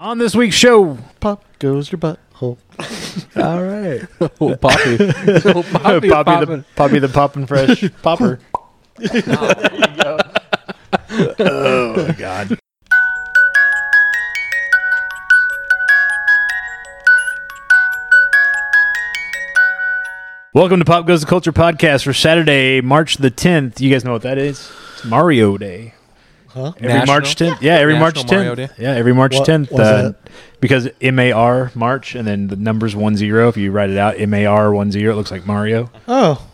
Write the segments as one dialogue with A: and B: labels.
A: On this week's show,
B: Pop goes your butthole.
C: All right.
B: Oh, Poppy.
C: So
B: Poppy
C: Poppy, Poppin'.
B: the, Poppy the Poppin' Fresh Popper.
C: Oh, God.
A: welcome to Pop Goes the Culture podcast for Saturday, March the 10th. You guys know what that is? It's Mario Day.
B: Huh?
A: Every
C: National?
A: March 10th. Yeah, every
C: National
A: March 10th.
C: Mario Day.
A: Yeah, every March
B: What
A: 10th.
B: was
A: uh,
B: that?
A: because M A R March and then the numbers 1 0. If you write it out, M A R 1 0, it looks like Mario.
B: Oh.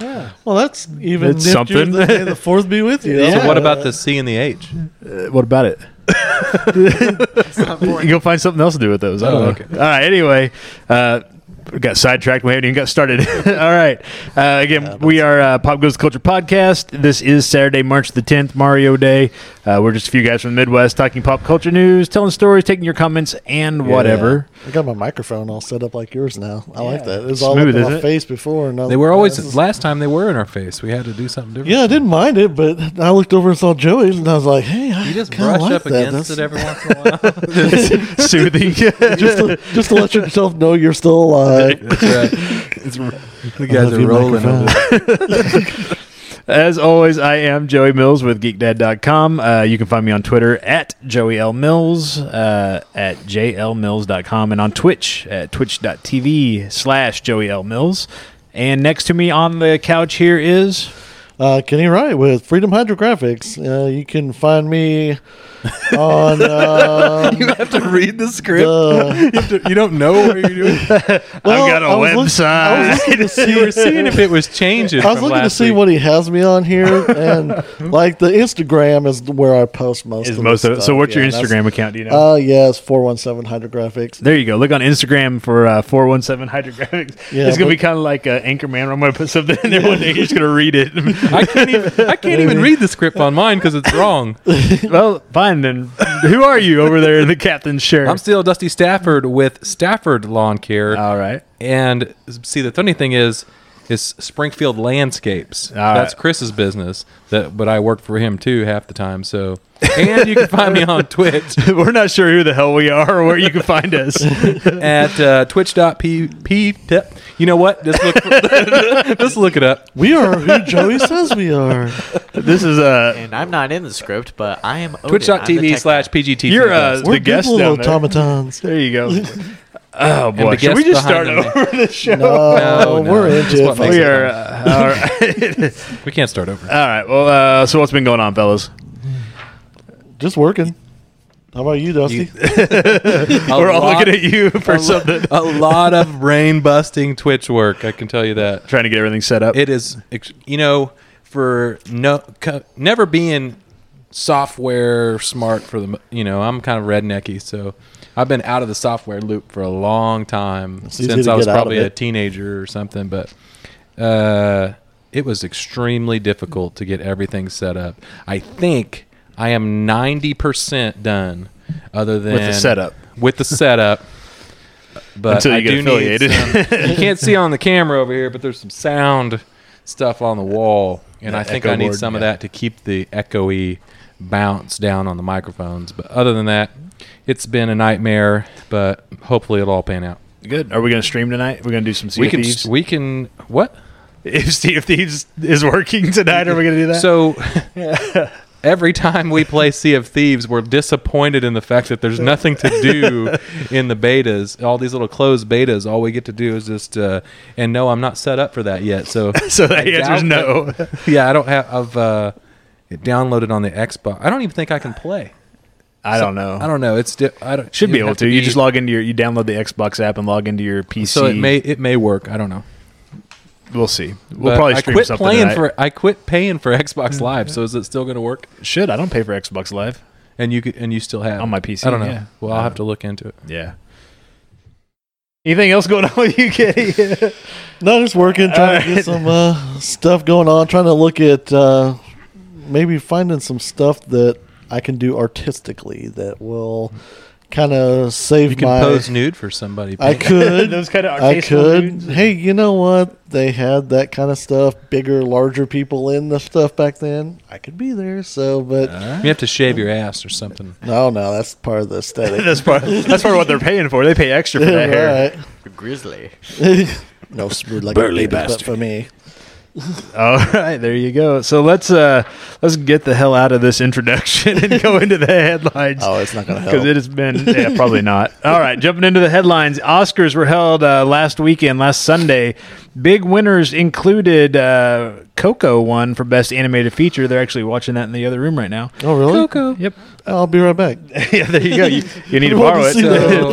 B: Yeah. Well, that's even
A: It's
B: niftier
A: something.
B: than May the fourth be with you.
C: So what about the C and the H?
A: Uh, what about it? you go find something else to do with those. I don't
C: Oh,
A: know.
C: okay.
A: All right. Anyway, uh, we got sidetracked. We haven't even got started. All right. Uh, again, we are uh, Pop Goes the Culture podcast. This is Saturday, March the 10th, Mario Day. Uh, we're just a few guys from the Midwest talking pop culture news, telling stories, taking your comments, and whatever.
B: I got my microphone all set up like yours now. I like that. It was
A: Smooth,
B: all
A: isn't
B: up in
A: it?
B: my face before. And I-
C: They were
B: this
C: always
B: is-
C: last time they were in our face. We had to do something different.
B: Yeah, I didn't mind it, but I looked over and saw Joey's, and I was like, "Hey, I
C: You just
B: kinda
C: brush
B: like
C: up
B: that.
C: against
B: That's-
C: it every once in a while.
A: Soothing.
B: just, to, just to let yourself know you're still alive."
C: That's right. you guys
B: love
C: are
B: your
C: rolling.
B: microphone.
C: over.
A: As always, I am Joey Mills with GeekDad.com. Uh, you can find me on Twitter at Joey L. Mills, uh, at JLMills.com, and on Twitch at twitch.tv slash Joey L. Mills. And next to me on the couch here is.
B: Uh, Kenny Wright with Freedom Hydrographics. Uh, you can find me on uh,
C: you have to read the script.
B: the,
C: you don't know what you're doing.
B: Well,
A: I've got a
B: I was look-
A: website.
B: I was looking to see,
C: you were seeing if it was changing.
B: I was
C: from
B: looking to
C: last
B: see
C: week.
B: what he has me on here, and like the Instagram is where I post most.
A: is
B: of
A: most of
B: the
A: it. So,
B: stuff.
A: what's
B: Yeah,
A: your Instagram account? Do you know?
B: that's- Uh, yeah, it's four one seven Hydrographics.
A: There you go. Look on Instagram for uh, 417 Hydrographics.
B: Yeah,
A: it's going to
B: but-
A: be kind of like uh, Anchorman. where I'm going to put something in there one day. You're just going to read it.
C: I can't even. I can't even read the script on mine because it's wrong.
A: well, fine then. Who are you over there in the captain's shirt?
C: I'm still Dusty Stafford with Stafford Lawn Care,
A: All right.
C: and see the funny thing is, is Springfield Landscapes.
A: right.
C: That's Chris's business. That, but I work for him too half the time. So, and you can find me on Twitch
A: We're not sure who the hell we are or where you can find us.
C: at uh, twitch.p. P, you know what? Just look. just look it up.
B: We are who Joey says we are.
A: This is uh
D: And I'm not in the script, but I am Odin. I'm the
C: Twitch.tv
D: tech
C: slash
D: guy.
C: pgt.
A: You're, uh,
B: We're
A: The guest
B: people
A: down there.
B: automatons.
A: there you go. Oh boy,
C: the
A: should we
C: guest
A: just start
C: behind the
A: over the show?
B: No,
C: No, no,
B: we're
C: that's
B: into
C: what
B: it.
A: We
B: folks.
C: makes it-
A: are uh, all right.
C: we can't start over.
A: all right. Well, uh, so what's been going on, fellas?
B: Just working. How about you, Dusty?
A: We're all looking at you for something,
C: a lot of brain busting Twitch work. I can tell you that.
A: trying to get everything set up.
C: It is, ex- you know, for no co- never being software smart for the, mo- you know, I'm kind of rednecky, so I've been out of the software loop for a long time
B: easy
C: since
B: to
C: I was
B: get out of
C: probably a
B: it.
C: teenager or something, but uh, it was extremely difficult to get everything set up. I think I am 90% done other than
A: setup.
C: With the setup. But
A: Until you
C: I
A: get
C: do need
A: affiliated.
C: some- you can't see on the camera over here, but there's some sound stuff on the wall, and I
A: That
C: think
A: echo
C: I need
A: board,
C: some of
A: yeah.
C: that to keep the echoey bounce down on the microphones. But other than that, it's been a nightmare. But hopefully, it'll all pan out.
A: Good. Are we going to stream tonight? We're going to do some Sea
C: we
A: of
C: can.
A: Thieves.
C: We can. What?
A: if Sea of Thieves is working tonight, are we going to do that?
C: So. Every time we play Sea of Thieves, we're disappointed in the fact that there's nothing to do in the betas. All these little closed betas, all we get to do is just. Uh, and no, I'm not set up for that yet. So
A: so the answer is
C: doubt
A: no.
C: yeah, I don't have. I've uh, it downloaded on the Xbox. I don't even think I can play.
A: I don't know.
C: I don't know. It's di- I don't
A: Oh. Should
C: it
A: be
C: would
A: able
C: have
A: to. You just log into your. You download the Xbox app and log into your PC.
C: So it may it may work. I don't know.
A: We'll see. We'll
C: But
A: probably
C: I
A: stream
C: quit
A: something.
C: playing
A: tonight.
C: for I quit paying for Xbox Live. So is it still going to work?
A: Should I don't pay for Xbox Live.
C: And you could, and you still have
A: On my PC,
C: I don't know.
A: yeah. Uh,
C: Well, I'll have to look into it.
A: Yeah. Anything else going on with you, Kitty?
B: No, just working, trying to get some uh, stuff going on, trying to look at uh, maybe finding some stuff that I can do artistically that will kind of saved
C: You can
B: my.
C: pose nude for somebody.
B: I
C: Pete.
B: could.
A: Those kind of
B: I could. Hey, you know what? They had that kind of stuff, bigger, larger people in the stuff back then. I could be there. So, but
C: You have to shave your ass or something.
B: no, no, that's part of the aesthetic.
A: that's part. That's part of what they're paying for. They pay extra for that hair.
B: Right.
D: Grizzly.
B: no smooth like
A: Burly
B: a bitch, but
A: bastard.
B: for me.
A: All right, there you go. So let's uh let's get the hell out of this introduction and go into the headlines.
B: Oh, it's not gonna help.
A: Because it has been, yeah, probably not. All right, jumping into the headlines. Oscars were held uh, last weekend, last Sunday. Big winners included uh, Coco won for Best Animated Feature. They're actually watching that in the other room right now.
B: oh, really?
A: Yep.
B: I'll be right back.
A: yeah, there you go. You, you need to
B: I want to
A: borrow it.
B: see that.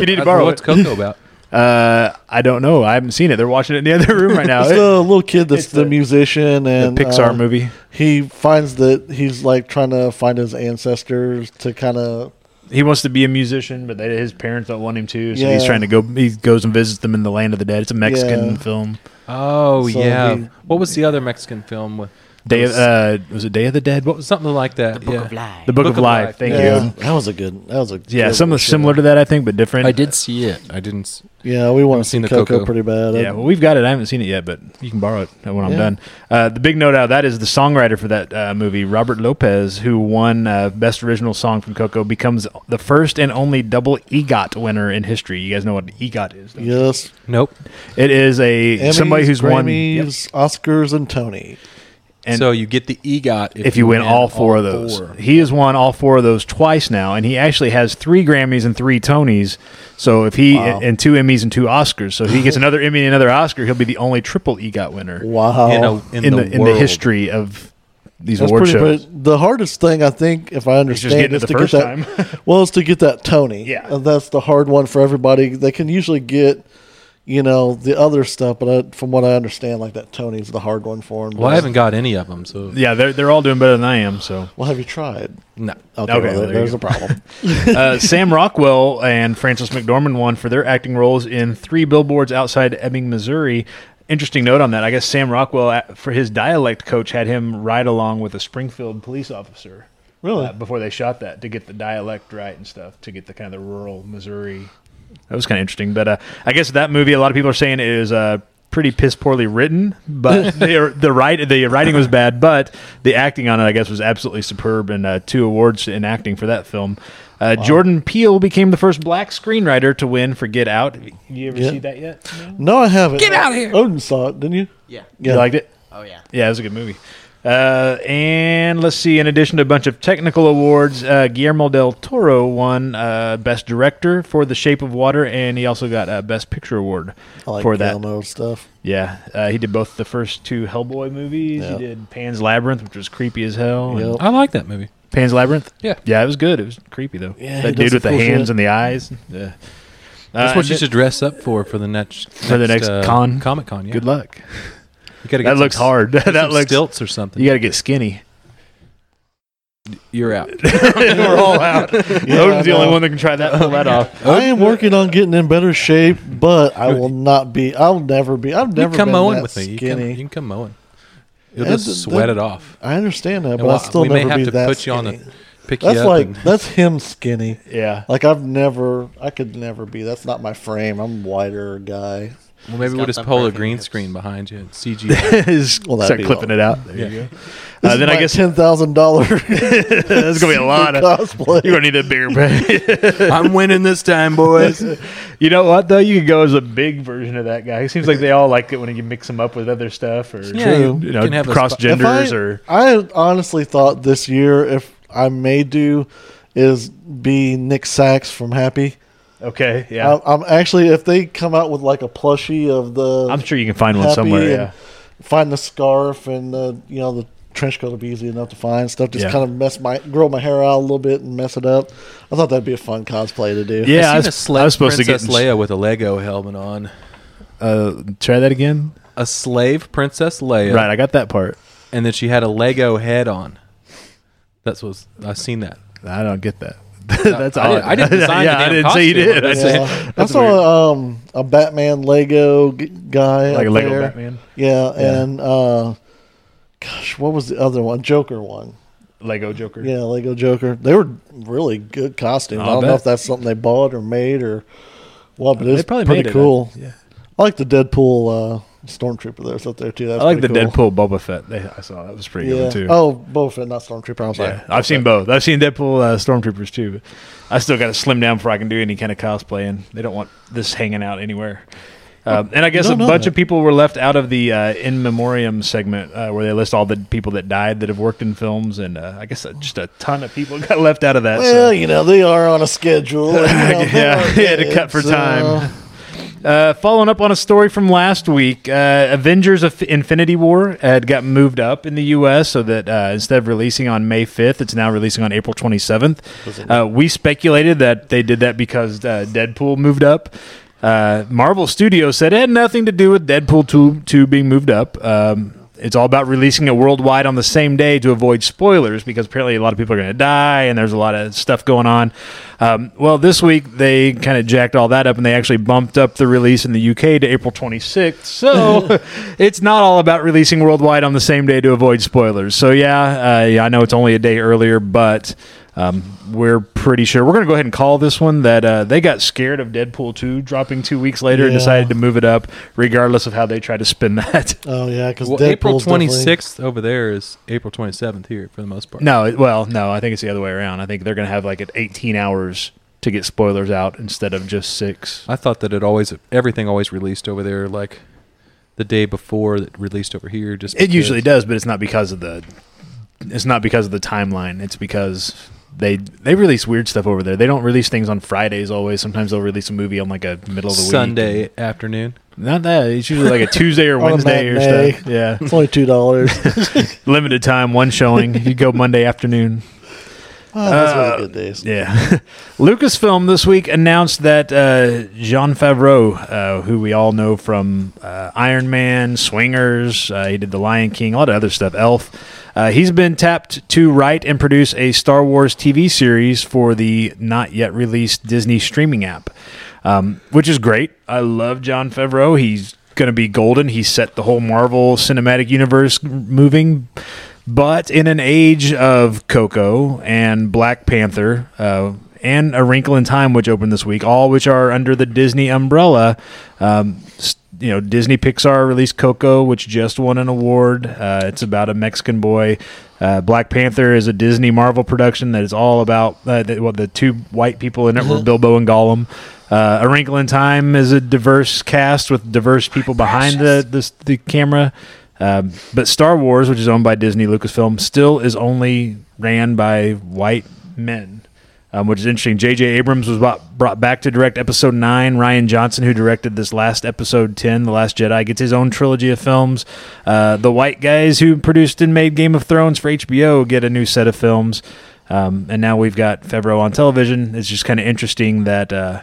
A: you need to
C: I-
A: borrow
C: what's
A: it.
C: Coco about?
A: Uh, I don't know. I haven't seen it. They're watching it in the other room right now.
B: It's the little kid that's
A: it's
B: the
A: the-
B: musician
A: the
B: and
A: Pixar
B: uh,
A: movie.
B: He finds that he's like trying to find his ancestors to kind of
A: He wants to be a musician, but they, his parents don't want him to, so he's
B: Yeah.
A: trying to go. He goes and visits them in the land of the dead. It's a Mexican
B: Yeah.
A: film.
C: Oh
B: So
C: yeah.
B: he-
C: what was the other Mexican film with
A: Day of,
C: was-
A: uh, was it Day of the Dead? What was
C: something like that?
D: The Book
C: yeah.
D: of Life.
A: The Book, of, Life. Thank
B: yeah,
A: you.
B: That was a good. That was a
A: Yeah,
B: good
A: something
B: one,
A: similar to that, I think, but different.
E: I did see it.
C: I didn't. s-
B: Yeah, we want
C: Haven't
B: to see
C: seen the
B: Coco,
C: Coco.
B: pretty bad.
A: Yeah, well, we've got it. I haven't seen it yet, but you can borrow it when I'm
B: Yeah.
A: done. Uh, the big note out of that is the songwriter for that uh, movie, Robert Lopez, who won uh, Best Original Song from Coco, becomes the first and only double EGOT winner in history. You guys know what EGOT is? don't you?
B: yes,
C: Nope.
A: It is a
B: Emmys,
A: somebody who's won.
B: Grammys,
A: Yep.
B: Oscars, and Tony.
A: And-
C: so you get the EGOT
A: if you win all four of those.
C: four.
A: He has won all four of those twice now, and he actually has three Grammys and three Tonys. So if he
B: Wow.
A: and two Emmys and two Oscars, so if he gets another Emmy and another Oscar, he'll be the only triple EGOT winner
B: Wow,
C: in, a, in,
A: in, the,
C: the,
A: in the
C: world.
A: history of these
B: that's
A: award
B: pretty.
A: shows.
B: But the hardest thing I think, if I
A: He's just
B: understand,
A: getting it
B: is
A: the
B: to get
A: first
B: that.
A: time.
B: Well, it's to get that Tony.
A: Yeah.
B: And that's the hard one for everybody. They can usually get, you know, the other stuff, but I, from what I understand, like that Tony's the hard one for them.
C: Well, I haven't got any of them, so
A: yeah, they're they're all doing better than I am. So
B: Well, have you tried?
C: no.
B: Okay,
A: Okay,
B: well,
A: well, there
B: there's
A: you
B: a problem.
A: uh, Sam Rockwell and Frances McDormand won for their acting roles in Three Billboards Outside Ebbing, Missouri. Interesting note on that. I guess Sam Rockwell, uh, for his dialect coach, had him ride along with a Springfield police officer.
B: Really?
A: uh, before they shot that to get the dialect right and stuff to get the kind of the rural Missouri. That was kind of interesting, but uh, I guess that movie a lot of people are saying it is uh, pretty piss poorly written, but they are, the write, the writing was bad, but the acting on it I guess was absolutely superb and uh, two awards in acting for that film. Uh, Jordan Peele became the first black screenwriter to win for Get Out. You ever
B: Yeah.
A: see that yet? No?
B: no, I haven't.
E: Get out of here.
B: Odin saw it, didn't you?
D: Yeah.
A: You liked it?
D: Oh yeah.
A: Yeah, it was a good movie. Uh, and let's see. In addition to a bunch of technical awards, uh, Guillermo del Toro won uh, Best Director for The Shape of Water, and he also got uh, Best Picture award
B: I like
A: for that.
B: Guillermo stuff.
A: Yeah, uh, he did both the first two Hellboy movies.
B: Yeah.
A: He did Pan's Labyrinth, which was creepy as hell. and-
B: Yep.
C: I like that movie.
A: Pan's Labyrinth.
C: Yeah.
A: yeah, it was good. It was creepy though.
B: Yeah, he
A: that
B: does
A: dude with the
B: cool
A: hands
B: shit.
A: and the eyes. Yeah. Uh,
C: That's what
A: and
C: you
A: it-
C: should dress up for for the next uh,
A: For the next con?
C: Comic Con. Yeah.
A: Good luck.
C: You gotta get
A: That
C: some
A: looks
C: s-
A: hard.
C: get
A: that
C: some
A: looks.
C: stilts or something.
A: you got to get skinny.
C: You're out.
A: We're all out.
B: Yeah,
A: Odin's the
B: I
A: only
B: know.
A: one that can try that pull that off.
B: I
C: uh,
B: am working on getting in better shape, but I will not be. I'll never be. I've
C: You
B: never
C: come
B: been
C: mowing
B: that
C: with me. You can,
B: skinny.
C: you can come mowing. You'll
B: And
C: just
B: th-
C: sweat
B: that-
C: it off.
B: I understand that,
C: And
B: but
C: we'll-
B: I'll still
C: we
B: never
C: may have
B: be
C: to
B: that
C: put you on
B: skinny.
C: the pick you
B: That's
C: up.
B: like
C: and-
B: that's him skinny.
A: Yeah.
B: Like I've never, I could never be. That's not my frame. I'm wider
A: Uh,
B: guy.
C: well, maybe
D: He's
C: we'll
D: got
C: just
D: them
C: pull a
D: perfect
C: green
D: hips.
C: screen behind you and CG.
A: Just
B: Well, that'd
A: start
B: be
A: clipping
B: all-
A: it out. There you go. Uh, then I guess
B: ten thousand dollar
A: that's gonna be a lot of. You're
B: cosplay.
A: gonna need a bigger pay.
C: I'm winning this time, boys.
A: you know what though? You could go as a big version of that guy. It seems like they all like it when you mix them up with other stuff or
C: Yeah, you
A: you know
C: can have a
A: cross
C: sp-
B: If
A: genders
B: I-
A: or
B: I honestly thought this year, if I may do, is be Nick Sachs from Happy.
A: okay. Yeah,
B: I, I'm actually if they come out with like a plushie of the
A: I'm sure you can find one
B: Happy
A: somewhere.
B: and
A: Yeah.
B: find the scarf and the you know the trench coat will be easy enough to find stuff. Just
A: Yeah.
B: kind of mess my grow my hair out a little bit and mess it up. I thought that'd be a fun cosplay to do.
A: Yeah, I
C: I, seen
A: was-
C: a sled
A: I was supposed to get
C: Princess Leia with a Lego helmet on.
A: Uh, try that again.
C: A slave Princess Leia,
A: Right, I got that part.
C: and then she had a Lego head on. That's what I've seen that.
A: I don't get that. that's
C: I didn't-
A: odd.
C: I didn't design
A: yeah,
C: the
A: I
C: damn
A: didn't say you
C: costume.
A: did.
C: I'm
A: I
C: just
A: said-
B: Yeah. I
A: that's weird.
B: saw um, a Batman Lego g- guy
A: like a
B: up
A: Lego
B: there.
A: Batman.
B: Yeah,
A: Yeah.
B: and uh, gosh, what was the other one? Joker one.
A: Lego Joker.
B: Yeah, Lego Joker. They were really good costumes.
A: I'll
B: I don't
A: bet.
B: know if that's something they bought or made or what, but
A: They
B: it's
A: probably
B: pretty
A: made it, I-
B: cool.
A: yeah.
B: I like the Deadpool uh, Stormtrooper that was up there too. That's
A: I like the
B: pretty cool.
A: Deadpool Boba Fett. They, I saw that was pretty good
B: Yeah.
A: too.
B: Oh, Boba Fett, not Stormtrooper. I was
A: Yeah,
B: like,
A: I've seen both. I've seen Deadpool uh, Stormtroopers too. But I still got to slim down before I can do any kind of cosplaying. They don't want this hanging out anywhere. Um, and I guess
B: Oh, No,
A: a
B: no,
A: bunch
B: no.
A: of people were left out of the uh, in memoriam segment uh, where they list all the people that died that have worked in films, and uh, I guess uh, just a ton of people got left out of that.
B: well,
A: so.
B: you know, they are on a schedule. and, you know,
A: yeah,
B: they
A: yeah,
B: are
A: to cut for
B: kids,
A: time. Uh, following up on a story from last week, uh, Avengers of Infinity War had got moved up in the U.S. so that uh, instead of releasing on May 5th, it's now releasing on April 27th. Uh, we speculated that they did that because uh, Deadpool moved up. Uh, Marvel Studios said it had nothing to do with Deadpool 2, 2 being moved up. Um, it's all about releasing it worldwide on the same day to avoid spoilers because apparently a lot of people are going to die and there's a lot of stuff going on. Um, well, this week they kind of jacked all that up and they actually bumped up the release in the UK to April 26th. So it's not all about releasing worldwide on the same day to avoid spoilers. So yeah, uh, yeah I know it's only a day earlier, but um, we're pretty sure we're going to go ahead and call this one that uh, they got scared of Deadpool 2 dropping two weeks later and
B: Yeah.
A: decided to move it up, regardless of how they try to spin that.
B: Oh, yeah, because
C: Well, April 26th over there is April 27th here for the most part.
A: No, it- well, no, I think it's the other way around. I think they're going to have like at 18 hours to get spoilers out instead of just six.
C: I thought that it always everything always released over there like the day before that released over here. Just
A: It usually
C: because-
A: does, but it's not because of the it's not because of the timeline. It's because they they release weird stuff over there. They don't release things on Fridays always. Sometimes they'll release a movie on like a middle of the
C: Sunday
A: week.
C: afternoon.
A: Not that. It's usually like a Tuesday or
B: On a
A: Wednesday or
B: matinee.
A: stuff. Yeah.
B: It's only $2.
A: Limited time, one showing. You go Monday afternoon.
B: oh, those
A: Uh,
B: were the good days.
A: Yeah. Lucasfilm this week announced that uh, Jean Favreau, uh, who we all know from uh, Iron Man, Swingers, uh, he did The Lion King, a lot of other stuff, Elf, uh, he's been tapped to write and produce a Star Wars TV series for the not yet released Disney streaming app, um, which is great. I love John Favreau. He's going to be golden. He set the whole Marvel cinematic universe moving. But in an age of Coco and Black Panther uh, and A Wrinkle in Time, which opened this week, all which are under the Disney umbrella, um, s- you know, Disney Pixar released Coco, which just won an award. Uh, it's about a Mexican boy. Uh, Black Panther is a Disney Marvel production that is all about uh, the, well, the two white people in it were Bilbo and Gollum. Uh, a Wrinkle in Time is a diverse cast with diverse people behind the, the the camera. Um, but Star Wars, which is owned by Disney Lucasfilm, still is only ran by white men, um, which is interesting. J.J. Abrams was brought, brought back to direct Episode Nine. Ryan Johnson, who directed this last Episode Ten, The Last Jedi, gets his own trilogy of films. Uh, the white guys who produced and made Game of Thrones for HBO get a new set of films. Um, and now we've got Favreau on television. It's just kind of interesting that. Uh,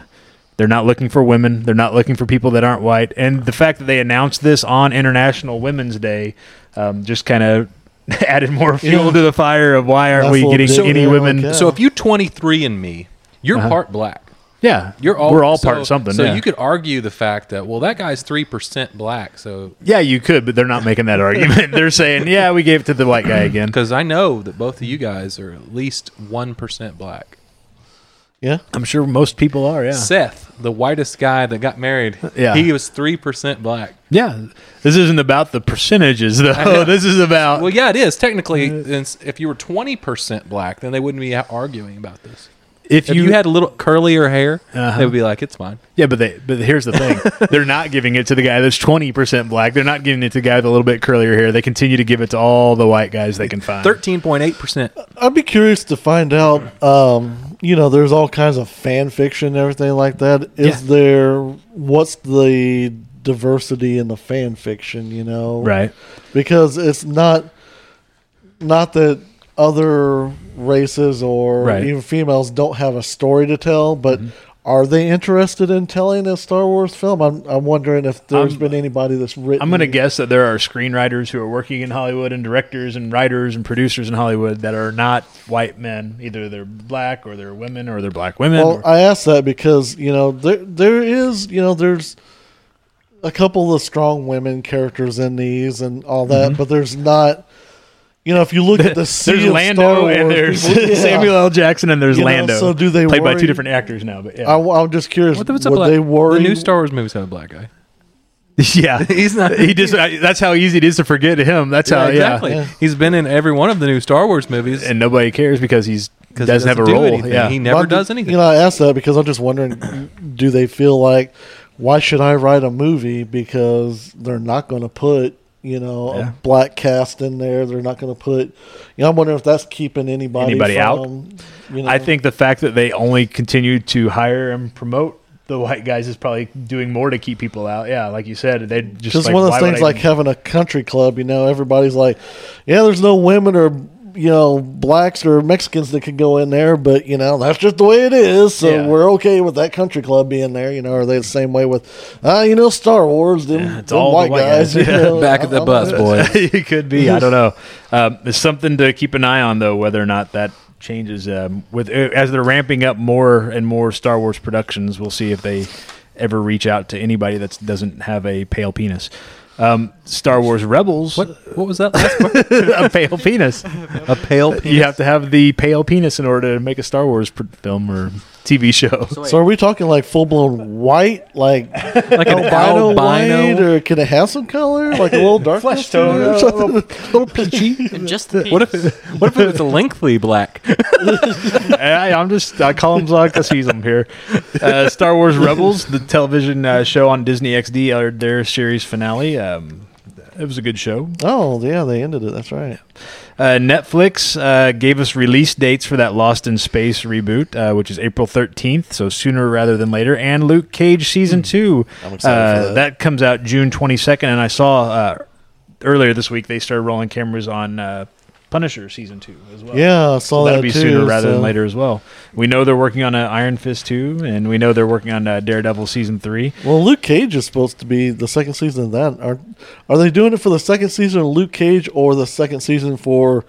A: they're not looking for women. They're not looking for people that aren't white. And the fact that they announced this on International Women's Day um, just kind of added more fuel
B: Yeah.
A: to the fire of why aren't
B: That's
A: we
B: a little
A: getting
B: bit-
A: any
B: yeah,
A: women?
B: okay.
C: So if you 23 and me, you're
A: Uh-huh.
C: part black.
A: Yeah,
C: You're all
A: we're all
C: so-
A: part of something.
C: So
A: yeah.
C: you could argue the fact that well that guy's 3% black. So
A: yeah, you could, but they're not making that argument. they're saying, yeah, we gave it to the white guy again.
C: cuz I know that both of you guys are at least 1% black.
B: Yeah.
A: I'm sure most people are. Yeah,
C: Seth, the whitest guy that got married,
A: Yeah.
C: he was 3% black.
A: yeah. This isn't about the percentages though.
C: know.
A: this is about
C: Well, yeah, it is. Technically, it's- if you were 20% black, then they wouldn't be out arguing about this.
A: if,
C: If you, had a little curlier hair,
A: Uh-huh.
C: they would be like, it's fine.
A: Yeah, but they but here's the thing: they're not giving it to the guy that's twenty percent black. They're not giving it to the guy with a little bit curlier hair. They continue to give it to all the white guys they can find.
C: 13.8%.
B: I'd be curious to find out. Um, you know, there's all kinds of fan fiction and everything like that. Is
A: Yeah.
B: there what's the diversity in the fan fiction? You know,
A: Right.
B: Because it's not not that other races or
A: Right. Mm-hmm.
B: even females don't have a story to tell, but. Are they interested in telling a Star Wars film? I'm, I'm wondering if there's
A: I'm-
B: been anybody that's written.
A: I'm going to guess that there are screenwriters who are working in Hollywood and directors and writers and producers in Hollywood that are not white men. Either they're black or they're women or they're black women.
B: Well,
A: or-
B: I asked that because you know there there is you know there's a couple of strong women characters in these and all that, but there's not You know, if you look at the sea
A: Mm-hmm. There's
B: of Star
A: Lando
B: Wars,
A: and there's
B: people- yeah.
A: Samuel L. Jackson and there's
B: You know,
A: Lando.
B: so do they
A: played by
B: worry-
A: two different actors now? But yeah,
B: I, am just curious.
C: What the-
B: would
C: what's up with
B: they
C: that?
B: worry?
C: The new Star Wars movies have a black guy.
A: yeah.
C: He's not.
A: He just I, that's how easy it is to forget him. That's
C: Yeah,
A: how yeah.
C: exactly.
B: Yeah.
C: He's been in every one of the new Star Wars movies.
A: And nobody cares because he's
C: 'cause
A: doesn't,
C: he
A: have a
C: do
A: role.
C: anything.
A: Yeah,
C: He never
B: But,
C: does anything.
B: You know, I asked that because I'm just wondering, do they feel like, why should I write a movie because they're not going to put you know
A: Yeah.
B: a black cast in there? They're not going to put. You know, I'm wondering if that's keeping anybody
A: Anybody out?
B: from, You know,
A: I think the fact that they only continue to hire and promote the white guys is probably doing more to keep people out. Yeah, like you said, they just
B: just
A: like,
B: one of
A: why
B: those
A: would
B: things
A: I
B: like
A: even-
B: having a country club. You know, everybody's like, yeah, there's no women or you know blacks or Mexicans that could go in there, but you know that's just the way it is. So
A: Yeah.
B: we're okay with that country club being there. You know, are they the same way with, ah, you know, Star Wars? Them,
A: it's
B: them
A: all the
B: white,
A: white
B: guys.
A: guys.
B: you
A: Yeah.
B: know,
C: Back of the
B: I'm-
C: bus, boy.
A: it could be. I don't know. Um, there's something to keep an eye on though, whether or not that changes um, with as they're ramping up more and more Star Wars productions. We'll see if they ever reach out to anybody that doesn't have a pale penis. Um, Star Wars Rebels,
C: What, what was that last part?
A: a pale penis.
C: a pale penis.
A: You have to have the pale penis in order to make a Star Wars pr- film or TV show.
D: So wait,
B: So are we talking like full blown white, like
C: like an
B: albino,
C: albino.
B: white, or can it have some color, like a little dark
A: Flesh tone, a little-
B: little peachy?
D: and just the
C: What if
D: penis.
C: it, what if it was a lengthy black?
A: I, I'm just I call them like I see them here. Uh, Star Wars Rebels, the television uh, show on Disney XD, aired their series finale. Um, it was a good show.
B: Oh yeah, they ended it. That's right.
A: Uh, Netflix uh, gave us release dates for that Lost in Space reboot, uh, which is April 13th, so sooner rather than later. And Luke Cage season two,
B: Hmm. I'm excited
A: uh,
B: for that.
A: comes out June 22nd. And I saw uh, earlier this week they started rolling cameras on uh, Punisher season two as well.
B: Yeah, I saw
A: So that'll
B: that
A: be
B: too,
A: sooner rather
B: so-
A: than later as well. We know they're working on uh, Iron Fist 2, and we know they're working on uh, Daredevil season 3.
B: Well, Luke Cage is supposed to be the second season of that. Are are they doing it for the second season of Luke Cage or the second season for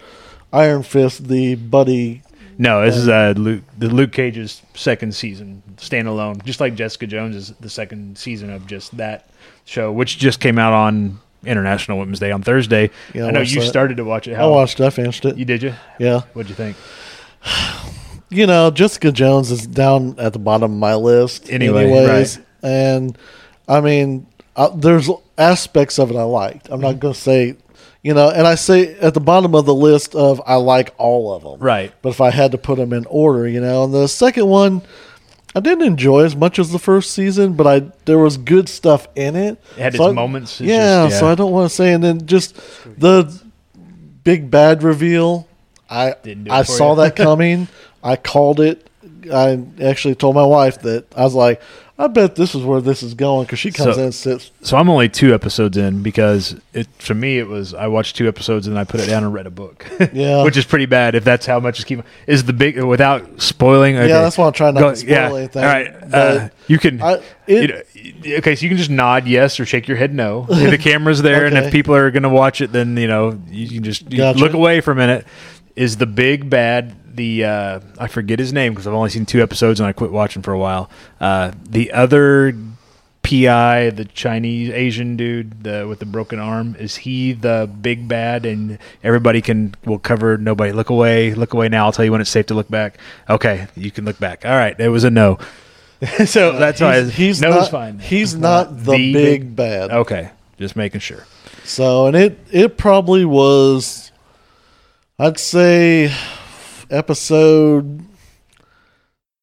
B: Iron Fist, the buddy?
A: No, this is uh, Luke, the Luke Cage's second season, standalone, just like Jessica Jones is the second season of just that show, which just came out on International Women's Day on Thursday.
B: Yeah, I
A: I know
B: watched
A: you
B: that.
A: started to watch it.
B: I watched it. I finished it.
A: You did you?
B: yeah.
A: What'd you think?
B: you know, Jessica Jones is down at the bottom of my list,
A: Anyway,
B: anyways.
A: right.
B: And I mean, I, there's aspects of it I liked.
A: Mm-hmm.
B: I'm not going to say, you know, and I say at the bottom of the list of I like all of them,
A: Right.
B: But if I had to put them in order, you know, and the second one, I didn't enjoy as much as the first season, but I there was good stuff in it.
A: It had
B: So
A: its
B: I-
A: moments. It's
B: yeah,
A: just-
B: so
A: yeah.
B: I don't want to say, and then just the big bad reveal. I
A: Didn't do it
B: I
A: for
B: saw
A: you.
B: that coming. I called it. I actually told my wife that I was like, I bet this is where this is going because she comes
A: So-
B: in and sits.
A: So I'm only two episodes in because it for me it was I watched two episodes and I put it down and read a book.
B: Yeah.
A: which is pretty bad if that's how much is keep is the big without spoiling. okay.
B: Yeah, that's why I'm trying not to spoil anything,
A: All right, uh,
B: but
A: you can.
B: I- it-
A: you know, okay, so you can just nod yes or shake your head no. If the camera's there and
B: Okay.
A: if people are going to watch it, then you know you can just you
B: Gotcha.
A: look away for a minute. Is the big bad the uh, I forget his name because I've only seen two episodes and I quit watching for a while. Uh, the other PI, the Chinese Asian dude the, with the broken arm, is he the big bad? And everybody can will cover nobody. Look away, look away now. I'll tell you when it's safe to look back. Okay, you can look back. All right, it was a no. so that's why
B: Uh, he's, he's
A: no
B: not.
A: is fine.
B: He's not the,
A: the
B: big,
A: big- oh.
B: bad.
A: Okay, just making sure.
B: So and it it probably was, I'd say, episode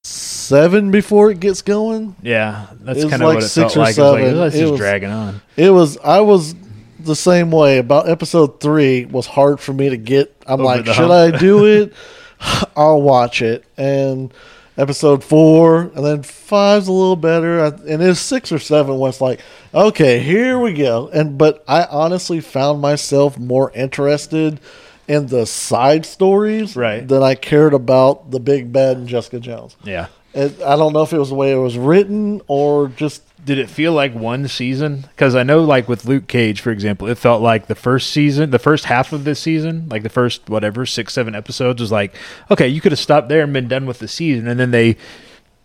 B: seven before it gets going.
A: Yeah, that's
B: It was
A: kind of
B: like
A: what it
B: six
A: felt
B: or
A: like. It was like,
B: seven.
A: "Oh, this
B: It
A: is
B: was-
A: dragging on.
B: It was I was the same way. About episode three was hard for me to get. I'm
A: Over
B: like,
A: the
B: should I do it? I'll watch it. And episode four, and then five's a little better. I- And it's six or seven was like, okay, here we go. And but I honestly found myself more interested in the side stories
A: Right.
B: than I cared about the big bad and Jessica Jones.
A: Yeah.
B: And I don't know if it was the way it was written or just
A: did it feel like one season? Because I know, like with Luke Cage, for example, it felt like the first season, the first half of this season, like the first whatever six, seven episodes, was like, okay, you could have stopped there and been done with the season, and then they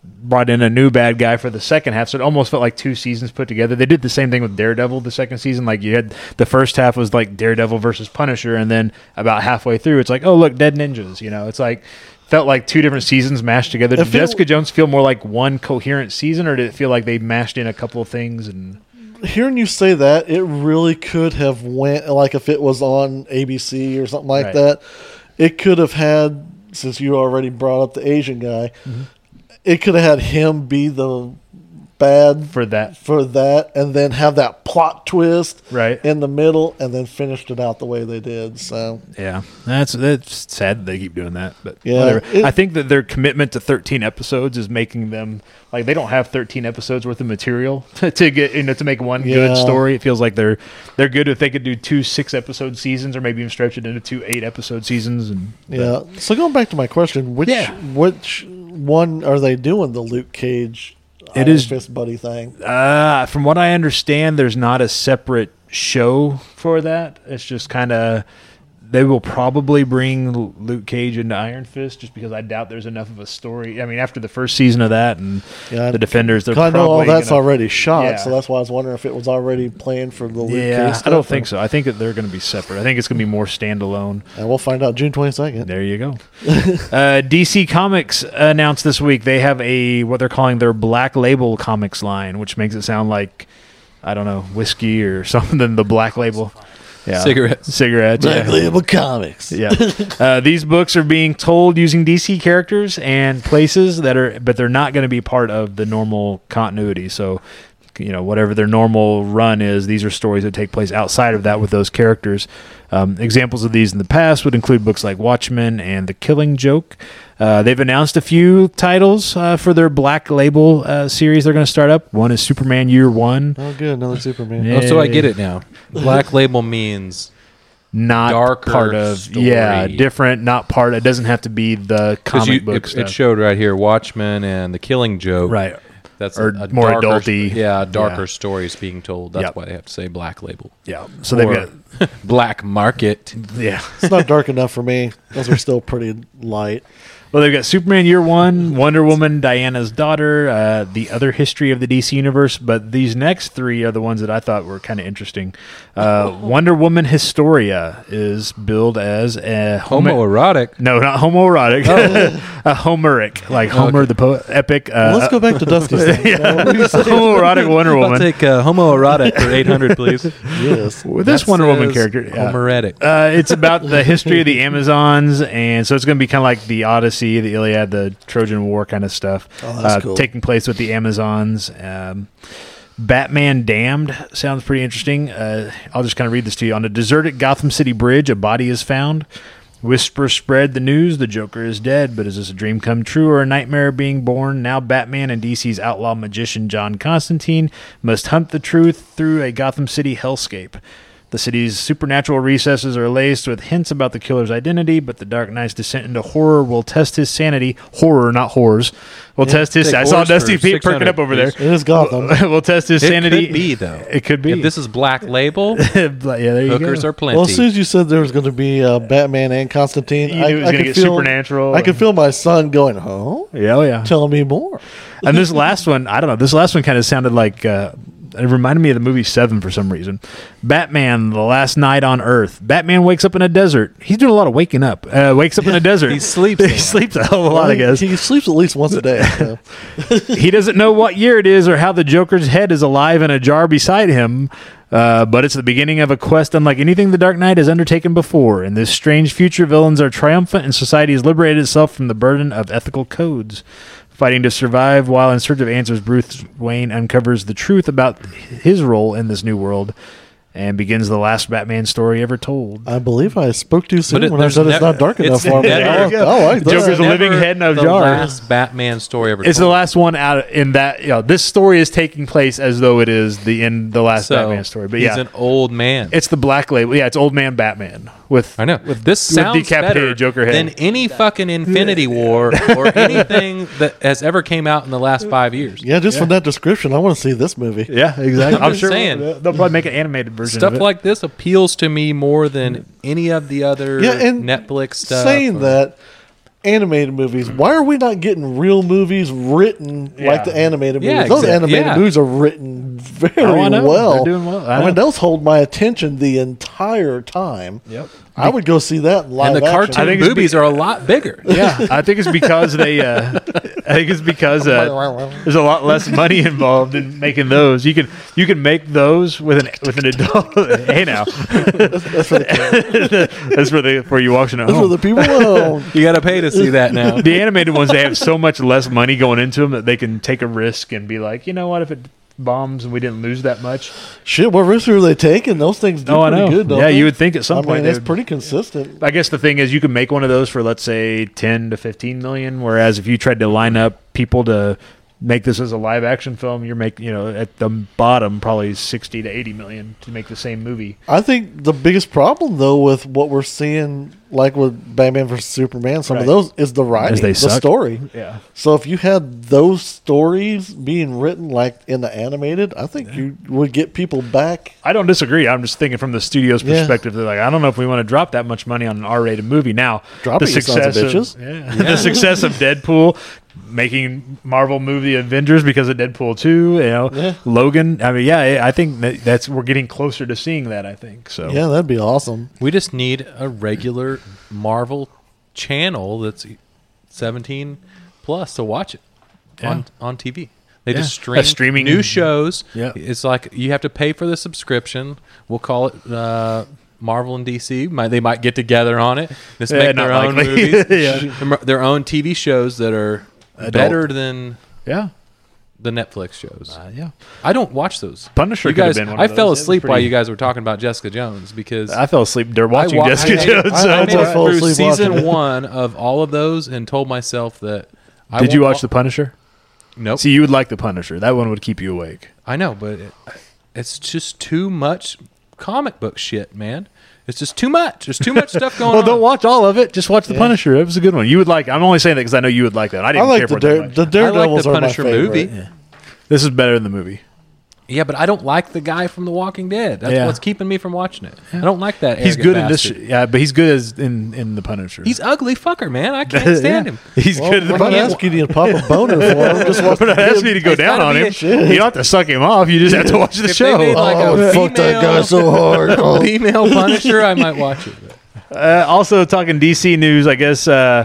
A: brought in a new bad guy for the second half. So it almost felt like two seasons put together. They did the same thing with Daredevil the second season. Like you had the first half was like Daredevil versus Punisher, and then about halfway through, it's like oh look, Dead Ninjas. You know, it's like felt like two different seasons mashed together. Did
B: It feel-
A: Jessica Jones feel more like one coherent season, or did it feel like they mashed in a couple of things and?
B: hearing you say that, it really could have went like if it was on ABC or something like
A: Right.
B: that. It could have had since you already brought up the Asian guy.
A: Mm-hmm.
B: It could have had him be the bad
A: For that,
B: for that, and then have that plot twist
A: Right.
B: in the middle, and then finished it out the way they did. So
A: Yeah, that's that's sad that they keep doing that, but
B: Yeah,
A: whatever.
B: it-
A: I think that their commitment to 13 episodes is making them like they don't have 13 episodes worth of material to get you know to make one
B: Yeah.
A: good story. It feels like they're they're good if they could do two six episode seasons or maybe even stretch it into two eight episode seasons. And
B: yeah. So going back to my question, which
A: Yeah.
B: which one are they doing the Luke Cage?
A: It
B: Iron
A: is-
B: fist buddy thing.
A: Uh, from what I understand, there's not a separate show for that. It's just kind of they will probably bring L- Luke Cage into Iron Fist just because I doubt there's enough of a story. I mean, after the first season of that and
B: Yeah,
A: the Defenders, they're
B: 'Cause I
A: probably
B: know all that's
A: gonna-
B: already shot,
A: Yeah.
B: so that's why I was wondering if it was already planned for the Luke Cage
A: Yeah,
B: stuff,
A: I don't
B: and-
A: think so. I think that they're going to be separate. I think it's going to be more standalone.
B: And we'll find out June twenty second.
A: There you go. uh, DC Comics announced this week they have a what they're calling their Black Label Comics line, which makes it sound like I don't know whiskey or something. The Black Label, yeah,
C: Cigarettes.
A: cigarettes.
B: Black
A: yeah.
B: Label Comics.
A: Yeah. Uh, these books are being told using DC characters and places that are, but they're not going to be part of the normal continuity. So, you know, whatever their normal run is, these are stories that take place outside of that with those characters. Um, examples of these in the past would include books like Watchmen and The Killing Joke. Uh, they've announced a few titles uh, for their Black Label uh, series they're going to start up. One is Superman Year One.
B: Oh, good, another Superman.
A: Yeah.
C: Oh, so I get it now. Black label means
A: Not
C: Darker
A: part of,
C: story.
A: yeah, different, not part. It doesn't have to be the
C: because
A: comic
C: you
A: book
C: it,
A: stuff.
C: it showed right here Watchmen and The Killing Joke.
A: Right.
C: That's
A: Or more
C: darker,
A: adulty.
C: Yeah, a darker
A: Yeah.
C: stories being told. That's
A: Yep.
C: why they have to say black label.
A: Yeah. So they've
C: Or
A: got
C: black market.
A: yeah.
B: It's not dark enough for me. Those are still pretty light.
A: Well, they've got Superman Year One, Wonder Woman, Diana's Daughter, uh, the other history of the DC universe. But these next three are the ones that I thought were kind of interesting. Uh, Wonder Woman Historia is billed as a homo-
C: Homoerotic.
A: no, not homoerotic,
C: Oh.
A: a Homeric, like Homer the poet, epic. Uh,
B: Let's go back to Dusty's. thing.
A: homoerotic Wonder
C: I'll
A: Woman.
C: take uh, homoerotic for 800, please.
B: yes.
A: With this
C: That
A: Wonder Woman
C: says
A: character, yeah.
C: Homoerotic.
A: Uh, it's about the history of the Amazons, and so it's going to be kind of like the Odyssey, the Iliad, the Trojan War kind of stuff,
B: Oh, that's
A: uh,
B: cool.
A: taking place with the Amazons. Um, Batman Damned sounds pretty interesting. Uh, I'll just kind of read this to you. On a deserted Gotham City bridge, a body is found. Whisper spread the news the Joker is dead, but is this a dream come true or a nightmare being born? Now Batman and DC's outlaw magician John Constantine must hunt the truth through a Gotham City hellscape. The city's supernatural recesses are laced with hints about the killer's identity, but the Dark Knight's descent into horror will test his sanity. Horror, not horrors. Will test his.
C: take
A: I saw
C: horrors
A: Dusty
C: for
A: Pete perking up
C: 600,
A: over there.
B: It is Gotham.
A: we'll test his
C: It
A: sanity.
C: could be, though.
A: It could be.
C: If this is black label,
A: yeah, there you
C: hookers
A: go.
C: are plenty.
B: Well, as soon as you said there was going to be uh, Batman and Constantine,
A: You knew it was gonna
B: could
A: get supernatural
B: I could
A: and-
B: feel my son going, "Huh?
A: yeah, oh yeah.
B: Tell me more."
A: And this last one, I don't know. This last one kind of sounded like uh, it reminded me of the movie Seven for some reason. Batman: The Last Night on Earth. Batman wakes up in a desert. He's doing a lot of waking up. Uh, wakes up in a desert.
C: He sleeps a
A: he
C: lot.
A: sleeps a hell of a lot, I guess.
B: he sleeps at least once a day. so.
A: he doesn't know what year it is or how the Joker's head is alive in a jar beside him. Uh, but it's the beginning of a quest unlike anything the Dark Knight has undertaken before. In this strange future, villains are triumphant and society has liberated itself from the burden of ethical codes. Fighting to survive while in search of answers, Bruce Wayne uncovers the truth about his role in this new world and begins the last Batman story ever told.
B: I believe I spoke too soon
C: it-
B: when I
C: there's
B: said it's
C: ne-
B: not dark
C: it's
B: enough for me.
C: never-
B: I, I like that.
A: Joker's a
C: Never
A: living head in a
C: the
A: jar.
C: last Batman story ever.
A: It's the
C: told.
A: last one out in that. You know, this story is taking place as though it is the end, the last
C: So,
A: Batman story. But yeah,
C: he's an old man.
A: it's the black label. Yeah, it's old man Batman with.
C: I know. this sounds
A: decapitated
C: better
A: Joker head.
C: than any fucking Infinity War or anything that has ever came out in the last five years.
B: Yeah, just from that description, I want to see this movie.
A: Yeah, exactly.
C: I'm
A: I'm,
C: just
A: sure
C: saying.
A: they'll probably make an animated version.
C: Stuff
A: of it.
C: like this appeals to me more than any of the other
B: Yeah, and
C: Netflix stuff.
B: Saying
C: or-
B: that, animated movies. Why are we not getting real movies written like
A: Yeah.
B: the animated
C: Yeah,
B: movies? Those
C: exact-
B: animated
C: yeah.
B: movies are written very
A: Oh, I know.
B: well.
A: They're doing well. I
B: I, mean,
A: know.
B: those hold my attention the entire time.
A: Yep.
B: I would go see that in live
C: and the
B: action.
C: cartoon
A: I think it's
C: boobies are a lot bigger.
A: Yeah, I think it's because they. Uh, I think it's because uh, there's a lot less money involved in making those. You can you can make those with an with an adult. hey now, that's for the for you watching at
B: Those were
A: home.
B: the people alone.
C: You got to pay to see that now.
A: the animated ones they have so much less money going into them that they can take a risk and be like, you know what, if it bombs and we didn't lose that much.
B: Shit, what risks are they taking? Those things do
A: Oh, I
B: pretty
A: know.
B: good. Don't
A: yeah,
B: they?
A: you would think at some
B: I
A: point
B: mean,
A: they
B: it's
A: would-
B: pretty consistent.
A: I guess the thing is, you can make one of those for let's say ten to fifteen million. Whereas if you tried to line up people to make this as a live action film, you're making you know at the bottom probably sixty to eighty million to make the same movie.
B: I think the biggest problem though with what we're seeing, like with Batman versus Superman, some of
A: Right.
B: those is the writing,
A: Is they
B: the
A: suck.
B: story.
A: Yeah,
B: So if you had those stories being written like in the animated, I think you would get people back.
A: I don't disagree. I'm just thinking from the studio's
B: Yeah.
A: perspective. They're like, I don't know if we want to drop that much money on an R-rated movie now.
B: Drop
A: the
B: it, you sons of bitches.
A: yeah. the success of Deadpool, making Marvel move the Avengers because of Deadpool two. You know,
B: Yeah.
A: Logan. I mean, yeah, I think that that's we're getting closer to seeing that. I think so.
B: Yeah, that'd be awesome.
C: We just need a regular Marvel channel that's 17 plus to watch it on, on TV. They just
A: Yeah.
C: stream
A: A streaming-
C: new shows.
A: Yeah.
C: It's like you have to pay for the subscription. We'll call it uh, Marvel and DC. Might, they might get together on it. Just
A: Yeah,
C: make
A: not
C: their own
A: likely.
C: movies.
A: Yeah.
C: Their- Their own TV shows that are
A: Adult.
C: better than
A: yeah.
C: the Netflix shows.
A: yeah.
C: I don't watch those.
A: Punisher
C: You
A: could have
C: guys,
A: been one of
C: I
A: those. It
C: fell
A: was
C: asleep while
A: pretty-
C: you guys were talking about Jessica Jones because
A: I fell asleep during watching
C: wa-
A: Jessica
C: made it-
A: Jones.
C: I, I made
B: I
C: it
B: fell
C: through
B: asleep
C: season
B: watching it.
C: one of all of those and told myself that. I
A: Did you
C: won't
A: watch The Punisher?
C: wa- Nope.
A: See, you would like The Punisher. That one would keep you awake.
C: I know, but it, it's just too much comic book shit, man. It's just too much. There's too much stuff going
A: Well,
C: on.
A: don't watch all of it. Just watch The Punisher. It was a good one. You would like. I'm only saying that because I know you would like that. I
B: I
A: didn't care
B: like
A: for
B: the,
A: it that
B: dare,
A: much.
B: the
C: I
B: Daredevils
C: like the
B: are my
C: Punisher
B: favorite.
C: movie.
A: This is better than the movie.
C: Yeah, but I don't like the guy from The Walking Dead. That's
A: Yeah.
C: what's keeping me from watching it. I don't like that.
A: He's
C: arrogant
A: good
C: bastard.
A: in this. Sh- yeah, but he's good as in in The Punisher.
C: He's ugly fucker, man. I can't stand him.
A: He's
B: Well,
A: good in
B: we're
A: The
B: not
A: Punisher.
B: asking you to pop a boner for him. Just watch
A: We're
B: the
A: not asking you
B: kid.
A: to go
C: It's
A: down
C: gotta
A: on
C: be a
A: him.
C: shit.
A: You don't have to suck him off. You just have to watch the
C: If they
A: show.
C: made, like,
B: Oh,
C: a
B: fuck that guy
C: female-
B: so hard. Oh.
C: Female Punisher, I might watch it. but-
A: Uh, also talking DC news, I guess uh,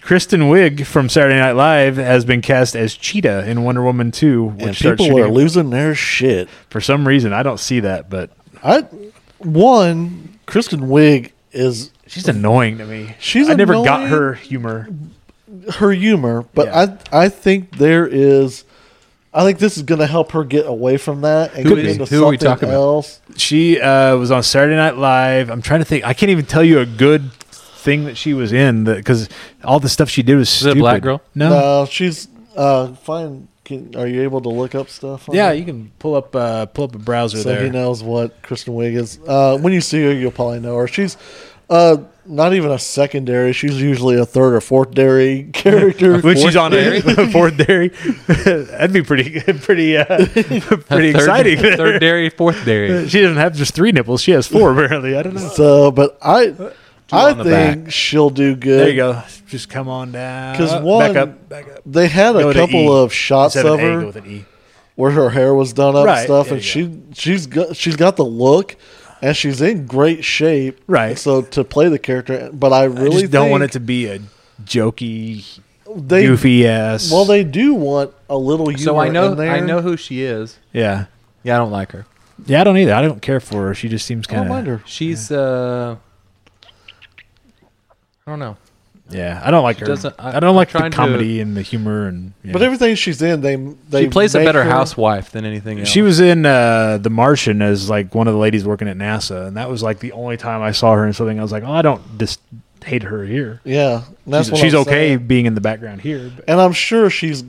A: Kristen Wiig from Saturday Night Live has been cast as Cheetah in Wonder Woman Two, which
B: And
A: starts
B: people are
A: shooting-
B: losing their shit.
A: for some reason. I don't see that, but
B: I one Kristen Wiig is
A: she's annoying to me.
B: She's
A: I never got
B: annoying.
A: her humor.
B: her humor, but
A: Yeah.
B: I I think there is. I think this is going to help her get away from that and
C: Who
B: get
C: is-
B: into
C: who are we
B: something
C: talking about?
B: else.
A: She uh, was on Saturday Night Live. I'm trying to think. I can't even tell you a good thing that she was in because all the stuff she did was
C: Is it a
A: stupid.
C: black girl?
A: No.
B: No, she's uh, fine. Can, are you able to look up stuff? on
A: Yeah,
B: it?
A: you can pull up uh, pull up a browser
B: so
A: there.
B: he knows what Kristen Wiig is. Uh, when you see her, you'll probably know her. She's uh, not even a secondary. She's usually a third or fourth dairy character.
A: When she's
C: Fourth
A: on
C: dairy?
A: a fourth dairy, that'd be pretty, pretty, uh, pretty
C: A third-
A: exciting.
C: Third dairy, fourth dairy.
A: She doesn't have just three nipples; she has four. Apparently, I don't know.
B: so, but I, I
C: on the
B: think she'll do good.
A: There you go. Just come on down.
B: 'Cause
A: back
B: one-
A: up, back up.
B: They had a
A: Go to
B: couple
A: E.
B: of shots
A: Instead of
B: of
A: an
B: her.
A: A, go with an E.
B: where her hair was done up
A: Right,
B: and stuff,
A: there
B: and
A: you
B: she she's got she's got the look, and she's in great shape,
A: Right.
B: So to play the character, but I
A: I
B: really
A: just don't want it
B: think
A: to be a jokey,
B: they,
A: goofy ass.
B: Well, they do want a little humor
C: So I know,
B: in there.
C: I know who she is.
A: yeah,
C: Yeah, I don't like her.
A: yeah. I don't either. I don't care for her. She just seems
B: I don't
A: kind
B: mind
A: of.
B: her.
C: She's uh, I don't know.
A: Yeah, I don't like her.
C: doesn't-
A: I,
C: I-
A: don't like
C: I'm
A: the
C: trying to-
A: comedy and the humor and. yeah.
B: But everything she's in, they they
C: she plays a
B: make
C: better
B: her-
C: housewife than anything else.
A: She was in uh, The Martian as like one of the ladies working at NASA, and that was like the only time I saw her in something. I was like, oh, I don't dis- hate her here.
B: Yeah, and that's
A: She's,
B: what
A: she's
B: I'm
A: okay
B: saying.
A: being in the background here. But
B: and I'm sure she's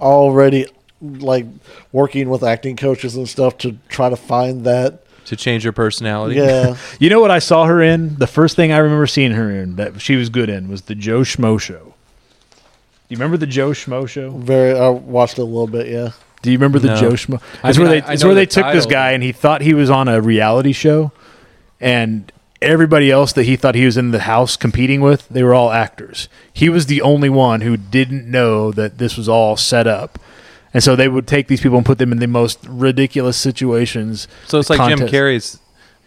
B: already like working with acting coaches and stuff to try to find that.
C: to change her personality.
B: Yeah,
A: you know what I saw her in? The first thing I remember seeing her in that she was good in was the Joe Schmo Show. Do you remember the Joe Schmo Show?
B: very. I watched it a little bit. Yeah.
A: Do you remember the
C: No.
A: Joe Schmo?
C: I
A: It's
C: mean,
A: where they
C: I- I
A: it's
C: know
A: where
C: the
A: they took this
C: title.
A: guy and he thought he was on a reality show, and everybody else that he thought he was in the house competing with, they were all actors. He was the only one who didn't know that this was all set up. And so they would take these people and put them in the most ridiculous situations.
C: So it's like Jim
A: Contest.
C: Carrey's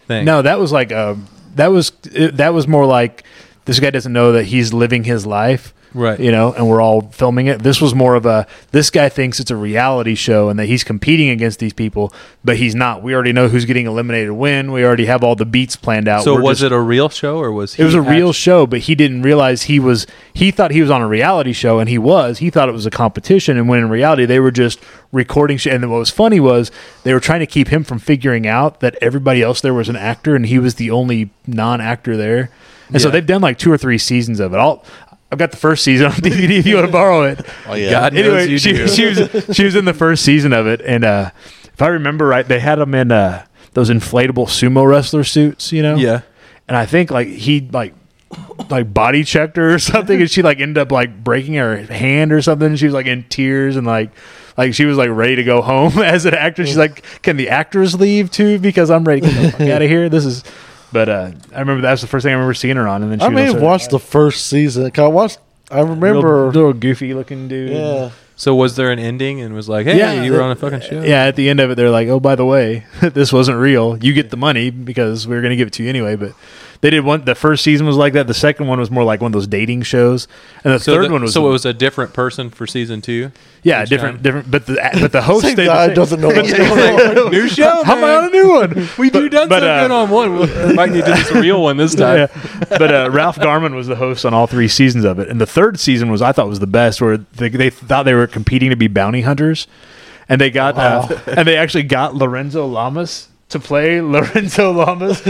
C: thing.
A: No, that was like uh, that was that was more like this guy doesn't know that he's living his life,
C: Right.
A: You know, and we're all filming it. This was more of a this guy thinks it's a reality show and that he's competing against these people, but he's not. We already know who's getting eliminated when. We already have all the beats planned out.
C: So
A: We're
C: was
A: just-
C: it a real show or was he
A: It was a real
C: act-
A: show, but he didn't realize he was. He thought he was on a reality show, and he was. He thought it was a competition, and when in reality, they were just recording shit. And then what was funny was they were trying to keep him from figuring out that everybody else there was an actor, and he was the only non-actor there. And so
C: Yeah.
A: they've done like two or three seasons of it. I'll, I've got the first season on DVD if you want to borrow it.
B: Oh yeah.
C: God knows
A: anyway,
C: you
A: she,
C: do.
A: she was she was in the first season of it, and uh, if I remember right, they had him in uh, those inflatable sumo wrestler suits. You know,
C: Yeah.
A: and I think like he like like body checked her or something, and she like ended up like breaking her hand or something. She was like in tears and like like she was like ready to go home as an actor. She's like, can the actors leave too? Because I'm ready to get the fuck out of here. This is. But uh, I remember that's the first thing I remember seeing her on, and then she
B: I
A: was
B: may
A: also
B: have watched the first season. 'cause I watched. I
A: a real-
B: remember.
A: little goofy looking dude.
B: yeah.
C: So was there an ending and was like, hey,
A: Yeah,
C: you were
A: the-
C: on a fucking show?
A: Yeah, at the end of it, they're like, "Oh, by the way, this wasn't real. You get the money because we were going to give it to you anyway." But they did one. The first season was like that. The second one was more like one of those dating shows, and the
C: So
A: third
C: the-
A: one was
C: so it was a different person for season two.
A: yeah,
C: each
A: different,
C: time?
A: different. But the but the host
B: Same
A: stayed the
B: guy
A: same.
B: doesn't know what's going on.
C: new show.
A: How am I on a new one?
C: We do done
A: but,
C: so
A: uh,
C: good on one. We might need to do this real one this time.
A: Yeah. But uh, Ralph Garman was the host on all three seasons of it, and the third season was I thought was the best, where they, they thought they were competing to be bounty hunters, and they got uh, and they actually got Lorenzo Lamas to play Lorenzo Lamas.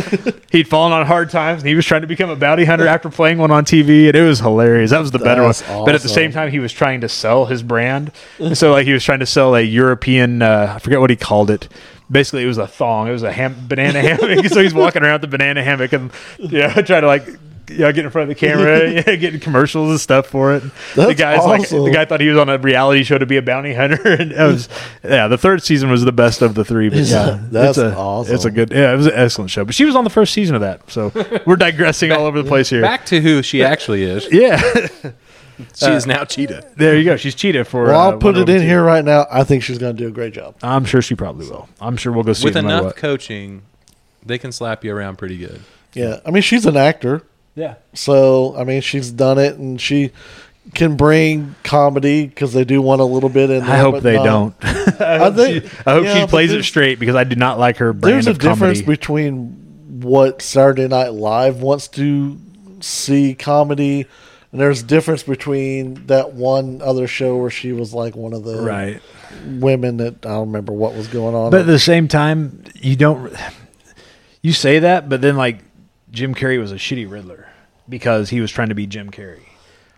A: He'd fallen on hard times, and he was trying to become a bounty hunter after playing one on TV, and it was hilarious. That was the better one.
B: That's
A: But at the same
B: awesome.
A: time, he was trying to sell his brand, and so like he was trying to sell a European. Uh, I forget what he called it. Basically, it was a thong. It was a ham- banana hammock. so he's walking around the banana hammock and you know, trying to like you know, get in front of the camera, you know, getting commercials and stuff for it. the
B: That's
A: guy's
B: awesome.
A: like the guy thought he was on a reality show to be a bounty hunter. And it was yeah. The third season was the best of the three. But yeah, it's
B: That's
A: a,
B: awesome.
A: It's a good yeah. It was an excellent show. But she was on the first season of that. So we're digressing all over the place here.
C: Back to who she actually
A: Uh,
C: is.
A: yeah, Uh,
C: She is now Cheetah.
A: there you go. She's cheetah for.
B: Well,
A: uh,
B: I'll put
A: Wonder
B: it
A: Woman
B: in
A: two.
B: here right now. I think she's going to do a great job.
A: I'm sure she probably will. I'm sure we'll go see
C: With
A: it no matter
C: enough
A: what.
C: coaching, they can slap you around pretty good.
B: Yeah. I mean, she's an actor.
A: Yeah.
B: So, I mean, she's done it and she can bring comedy because they do want a little bit in there.
A: I hope
B: but
A: they
B: not-
A: don't.
B: I,
A: She- I hope
B: yeah,
A: she
B: but
A: plays it
B: there's-
A: straight because I do not like her brand
B: There's a
A: of comedy.
B: difference between what Saturday Night Live wants to see comedy. And there's difference between that one other show where she was like one of the
A: right.
B: women that I don't remember what was going on.
A: But at the same time, you don't. You say that, but then like Jim Carrey was a shitty Riddler because he was trying to be Jim Carrey.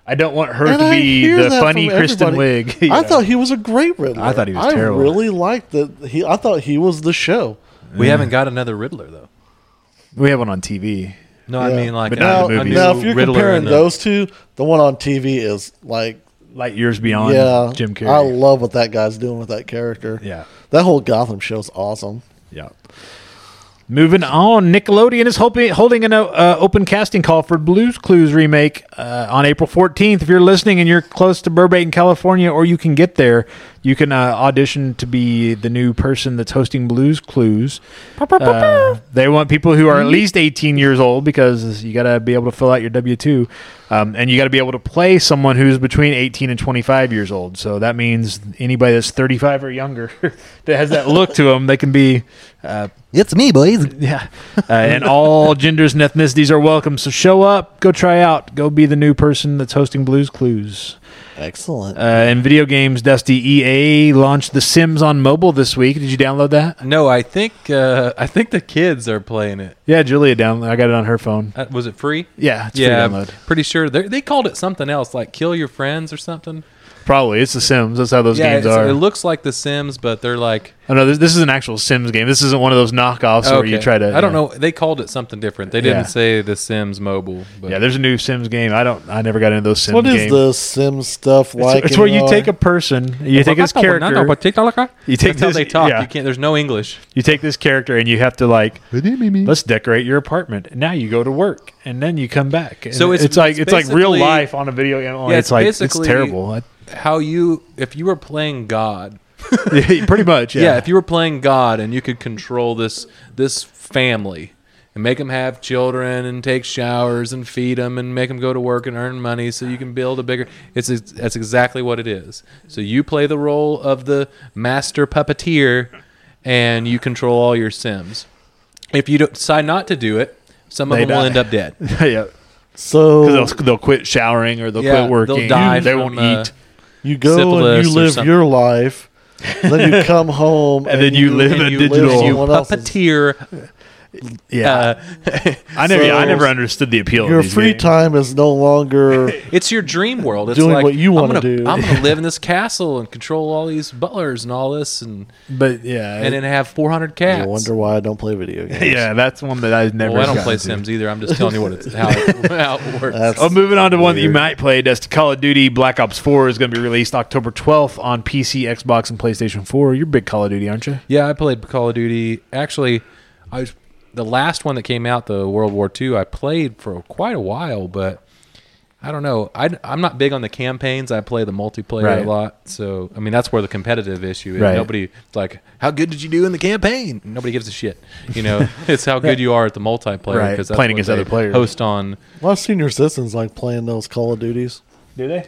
A: I don't want her
B: And
A: to
B: I
A: be
B: hear
A: the
B: that
A: funny
B: from
A: Kristen
B: everybody.
A: Wiig.
B: I
A: you know?
B: thought he was a great Riddler.
A: I thought he was terrible.
B: I really liked that. He, I thought he was the show.
C: We haven't got another Riddler though.
A: we have one on TV.
C: No, I
B: Yeah.
C: mean like
A: But
C: a-
A: not
B: Now,
A: in the
C: a
A: movies.
C: new
B: now if you're
C: Riddler
B: comparing
C: and uh, a-
B: those two, the one on TV is like,
A: Light years beyond
B: yeah,
A: Jim Carrey.
B: I love what that guy's doing with that character.
A: yeah.
B: That whole Gotham show's awesome.
A: Yeah. Moving on, Nickelodeon is hoping, holding an uh, open casting call for Blues Clues remake uh, on April 14th. If you're listening and you're close to Burbank, California, or you can get there, you can uh, audition to be the new person that's hosting Blues Clues. Uh, they want people who are at least 18 years old because you got to be able to fill out your W 2. Um, and you got to be able to play someone who's between 18 and 25 years old. So that means anybody that's 35 or younger that has that look to them, they can be. Uh,
E: It's me, boys.
A: yeah. Uh, and all genders and ethnicities are welcome. So show up, go try out, go be the new person that's hosting Blues Clues.
E: Excellent.
A: Uh, and video games, Dusty EA launched The Sims on mobile this week. Did you download that?
C: No, I think uh, I think the kids are playing it.
A: Yeah, Julia downloaded. I got it on her phone.
C: Uh, was it free?
A: Yeah, it's
C: yeah,
A: free download.
C: pretty sure they they called it something else, like kill your friends or something.
A: probably. It's The Sims. That's how those
C: yeah,
A: games
C: it's-
A: are.
C: it looks like The Sims, but they're like
A: oh, no, this, this is an actual Sims game. This isn't one of those knockoffs where you
C: okay.
A: try to.
C: I don't
A: yeah.
C: know. They called it something different. They didn't
A: Yeah.
C: say The Sims Mobile. But
A: Yeah, there's a new Sims game. I don't. I never got into those Sims.
B: What is
A: games.
B: the Sim stuff
A: It's,
B: like?
A: it's
B: in
A: where you
B: VR?
A: take a person, you take his character, you take
C: That's how
A: this-
C: they talk.
A: yeah.
C: You can't. There's no English.
A: you take this character, and you have to like, let's decorate your apartment. And now you go to work, and then you come back. And
C: So it's-
A: it's like
C: it's
A: it's like real
C: basically-
A: life on a video game. only
C: Yeah,
A: it's
C: it's
A: like it's
C: basically-
A: terrible. I-
C: How you? If you were playing God,
A: Yeah, pretty much.
C: yeah.
A: Yeah.
C: If you were playing God and you could control this this family and make them have children and take showers and feed them and make them go to work and earn money so you can build a bigger. It's ex- that's exactly what it is. So you play the role of the master puppeteer, and you control all your Sims. If you don't, decide not to do it, some of
A: They
C: them will
A: die.
C: end up dead.
A: yeah.
B: So
A: Because they'll, they'll quit showering or they'll
C: Yeah,
A: quit working.
C: they'll die
A: they
C: from,
A: won't
C: uh,
A: eat.
B: you go and
C: syphilis
B: you
C: or
B: live
C: something.
B: your life, and then you come home,
A: And then you live
C: and
A: a
C: you
A: digital-
C: live- you
B: Someone else's-
C: puppeteer.
A: Yeah.
C: Uh,
A: I never. yeah, I
B: so-
A: never understood the appeal.
B: Your
A: of these
B: free
A: games.
B: time is no longer.
C: it's your dream world. It's
B: Doing
C: like,
B: what you
C: I'm
B: wanna
C: gonna-
B: do.
C: I'm gonna live in this castle and control all these butlers and all this, and
A: but yeah,
C: and then have 400
B: I
C: cats.
B: wonder why I don't play video games.
A: yeah, that's one that I've never.
C: well, Oh, I don't
A: gotten
C: play
A: to.
C: Sims either. I'm just telling you what it's, how, it, how it works.
B: That's-
A: Oh, moving on to one that you
B: Weird.
A: might play. That's Call of Duty Black Ops 4 is going to be released October 12th on PC, Xbox, and PlayStation 4. You're big Call of Duty, aren't you?
C: yeah, I played Call of Duty. Actually, I was, the last one that came out, the World War II, I played for quite a while, but I don't know. I, am not big on the campaigns. I play the multiplayer
A: Right.
C: a lot. So, I mean, that's where the competitive issue is.
A: Right.
C: Nobody, it's like, how good did you do in the campaign? Nobody gives a shit. You know, it's how good you are at the multiplayer
A: Right,
C: because
A: playing against other players.
C: Host on.
B: Well, I've seen your citizens like playing those Call of Duties.
A: Do they?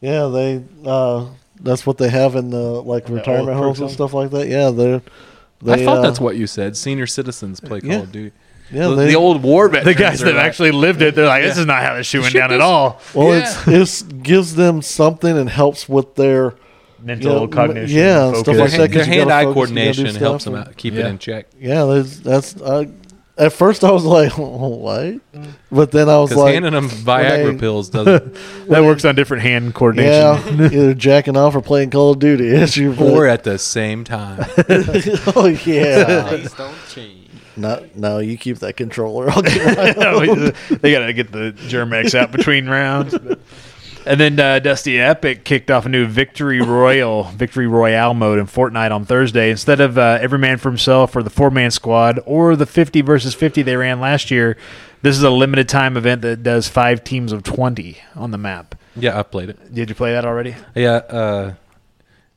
B: Yeah, they. Uh, that's what they have in the like retirement homes and
A: person?
B: stuff like that. Yeah, they're. They,
C: I thought
B: uh,
C: that's what you said. Senior citizens play Call
B: Yeah.
C: of Duty.
B: Yeah,
C: the,
B: they-
C: the old war veterans.
A: The guys
C: are
A: that
C: like-
A: actually lived it, they're like, this is not how this shoe went down at all.
B: Well,
C: Yeah.
B: it's it gives them something and helps with their
A: Mental
B: Yeah, m-
A: cognition.
B: yeah,
A: focus.
B: stuff
C: their,
B: like that, 'cause you gotta focus,
C: hand-eye
B: you gotta do
C: coordination
B: stuff
C: helps them
B: and-
C: out, keep
A: Yeah.
C: it in check.
B: yeah. There's, that's uh, at first I was like what, but then I was
C: Because
B: like
C: handing them Viagra
B: they-
C: pills doesn't,
A: That works on different hand coordination.
B: yeah, either jacking off or playing Call of Duty. Yes, you
C: or at the same time.
B: oh yeah.
D: Please don't change.
B: no, no, you keep that controller. I'll get my
A: they got to get the Germex out between rounds. And then uh, Dusty Epic kicked off a new Victory Royal, Victory Royale mode in Fortnite on Thursday. Instead of uh, every man for himself or the four man squad or the 50 versus 50 they ran last year, this is a limited time event that does five teams of 20 on the map.
C: yeah, I played it.
A: Did you play that already?
C: Yeah, uh,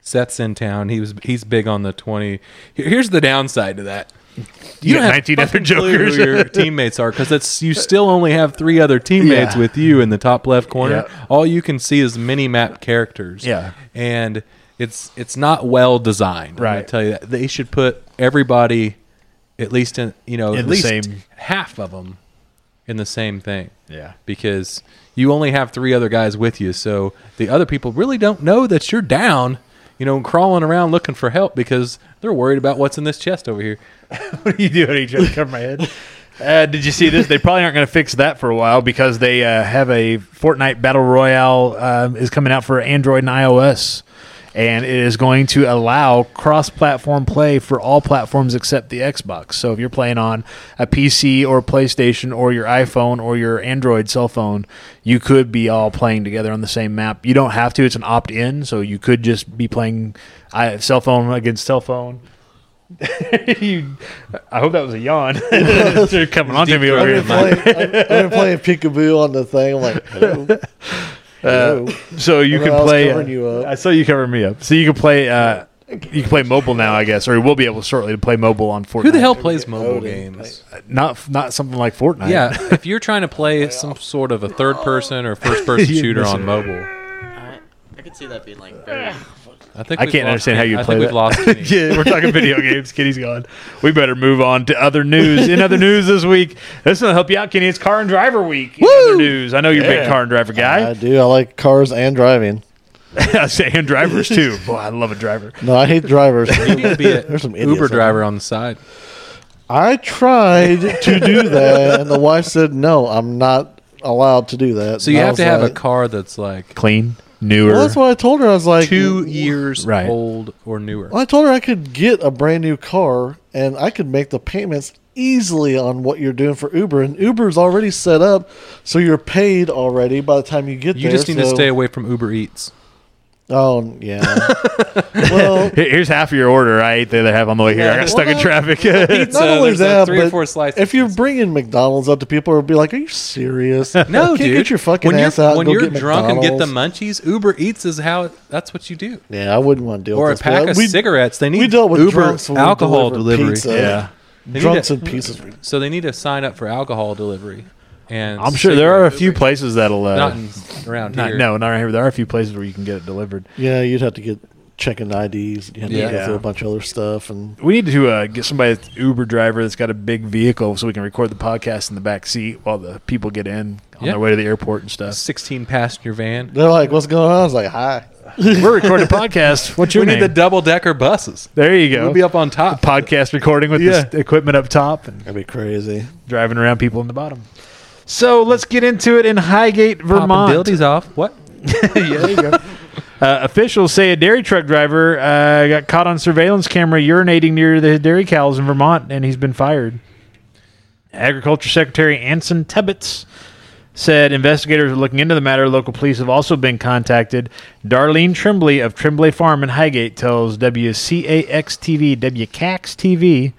C: Seth's in town. He was he's big on the twenty. Here- Here's the downside to that.
A: You got
C: have
A: 19 other
C: fucking clue
A: jokers.
C: who your teammates are because it's you still only have three other teammates
A: Yeah.
C: with you in the top left corner.
A: Yeah.
C: All you can see is mini map characters.
A: Yeah.
C: and it's it's not well designed. I
A: Right.
C: tell you that they should put everybody at least in you know
A: In
C: at
A: the
C: least
A: same-
C: half of them in the same thing
A: Yeah.
C: because you only have three other guys with you. So the other people really don't know that you're down, you know, crawling around looking for help because they're worried about what's in this chest over here.
A: What are you doing? Are you trying to cover my head? Uh, did you see this? They probably aren't going to fix that for a while because they uh, have a Fortnite Battle Royale um, is coming out for Android and iOS, and it is going to allow cross-platform play for all platforms except the Xbox. So if you're playing on a PC or PlayStation or your iPhone or your Android cell phone, you could be all playing together on the same map. You don't have to; it's an opt-in, so you could just be playing I, cell phone against cell phone. you, I hope that was a yawn. They're coming on to me over
B: I've been,
A: here.
B: playing, I've, I've been playing peekaboo on the thing. I'm like, hello,
C: Uh,
B: hello.
A: So you
B: Remember
A: can
B: I was
A: play. uh,
B: covering you up.
A: I saw you covering me up. So you can play. Uh, you can play mobile now, I guess, or you will be able shortly to play mobile on Fortnite.
C: Who the hell plays mobile
B: loaded.
C: games?
A: Not not something like Fortnite.
C: Yeah, if you're trying to play some sort of a third person or first person
A: You
C: shooter
A: missed it.
C: on mobile,
D: I, I could see that being like very.
C: I think
A: I
C: we've
A: can't
C: lost
A: understand how
C: Kenny.
A: you
C: I
A: play
C: think we've
A: that.
C: lost. Kenny.
A: yeah, we're talking video games. Kenny's gone. We better move on to other news. In other news this week, this will help you out, Kenny. It's Car and Driver Week. In other news, I know you're a big
B: Yeah.
A: Car and Driver guy.
B: I do. I like cars and driving.
A: I say and drivers too. Boy, I love a driver.
B: No, I hate drivers.
C: You need to be an
B: There's some idiots
C: Uber
B: out there.
C: driver on the side.
B: I tried to do that, and the wife said, "No, I'm not allowed to do that."
C: So you
B: And I
C: have
B: was
C: to have
B: like,
C: a car that's like
A: Clean. newer.
B: Well, that's what I told her. I was like,
C: two years
A: Right.
C: old or newer.
B: Well, I told her I could get a brand new car and I could make the payments easily on what you're doing for Uber. And Uber's already set up, so you're paid already by the time you get
C: You
B: there.
C: just need to
B: so-
C: stay away from Uber Eats.
B: Oh, yeah. well,
A: Here- Here's half of your order. I ate the other half on the way here. I got
B: Yeah.
A: stuck in
B: Well,
A: traffic.
C: Pizza,
B: not only
C: uh, there's a
B: that,
C: three or
B: but
C: four slices.
B: if you're bringing McDonald's up to people, it'll be like, "Are you serious?
C: no,
B: Can't
C: dude.
B: get your fucking
C: when
B: ass
C: you're,
B: out. and
C: when
B: go
C: you're
B: get
C: drunk and get the
B: McDonald's."
C: munchies, Uber Eats is how that's what you do.
B: Yeah, I wouldn't want to deal
C: Or a
B: with this. but
C: pack of
B: we-
C: cigarettes. They need
B: we dealt with
C: Uber
B: drunks when we
C: alcohol
B: delivered
C: delivery.
B: pizza.
A: yeah.
C: They need
B: Drunks
C: to-
B: and pieces.
C: So they need to sign up for alcohol delivery. And
A: I'm sure there are a
C: cigarette
A: few
C: delivery.
A: places that'll. Uh,
C: not in, around
A: not-
C: here.
A: no, not right here. but There are a few places where you can get it delivered.
B: Yeah, you'd have to get checking IDs. You had to
C: Yeah.
B: go through a bunch of other stuff and
A: We need to uh, get somebody that's Uber driver that's got a big vehicle so we can record the podcast in the back seat while the people get in on
C: Yeah.
A: their way to the airport and
C: A
A: stuff.
C: 16 passenger van.
B: They're like, "What's going on?" I was like, "Hi."
A: We're recording a podcast. What's your
C: we
A: name?
C: need the double decker buses.
A: there you go.
C: We'll be up on top.
A: podcast recording with
C: Yeah.
A: this equipment up top and
B: That'd be crazy.
A: driving around people in the bottom. So let's get into it in Highgate,
C: Popping
A: Vermont.
C: dildies off. What?
A: yeah, there you go. Uh, officials say a dairy truck driver uh, got caught on surveillance camera urinating near the dairy cows in Vermont, and he's been fired. Agriculture Secretary Anson Tebbets said investigators are looking into the matter. Local police have also been contacted. Darlene Tremblay of Tremblay Farm in Highgate tells WCAX TV, WCAX TV,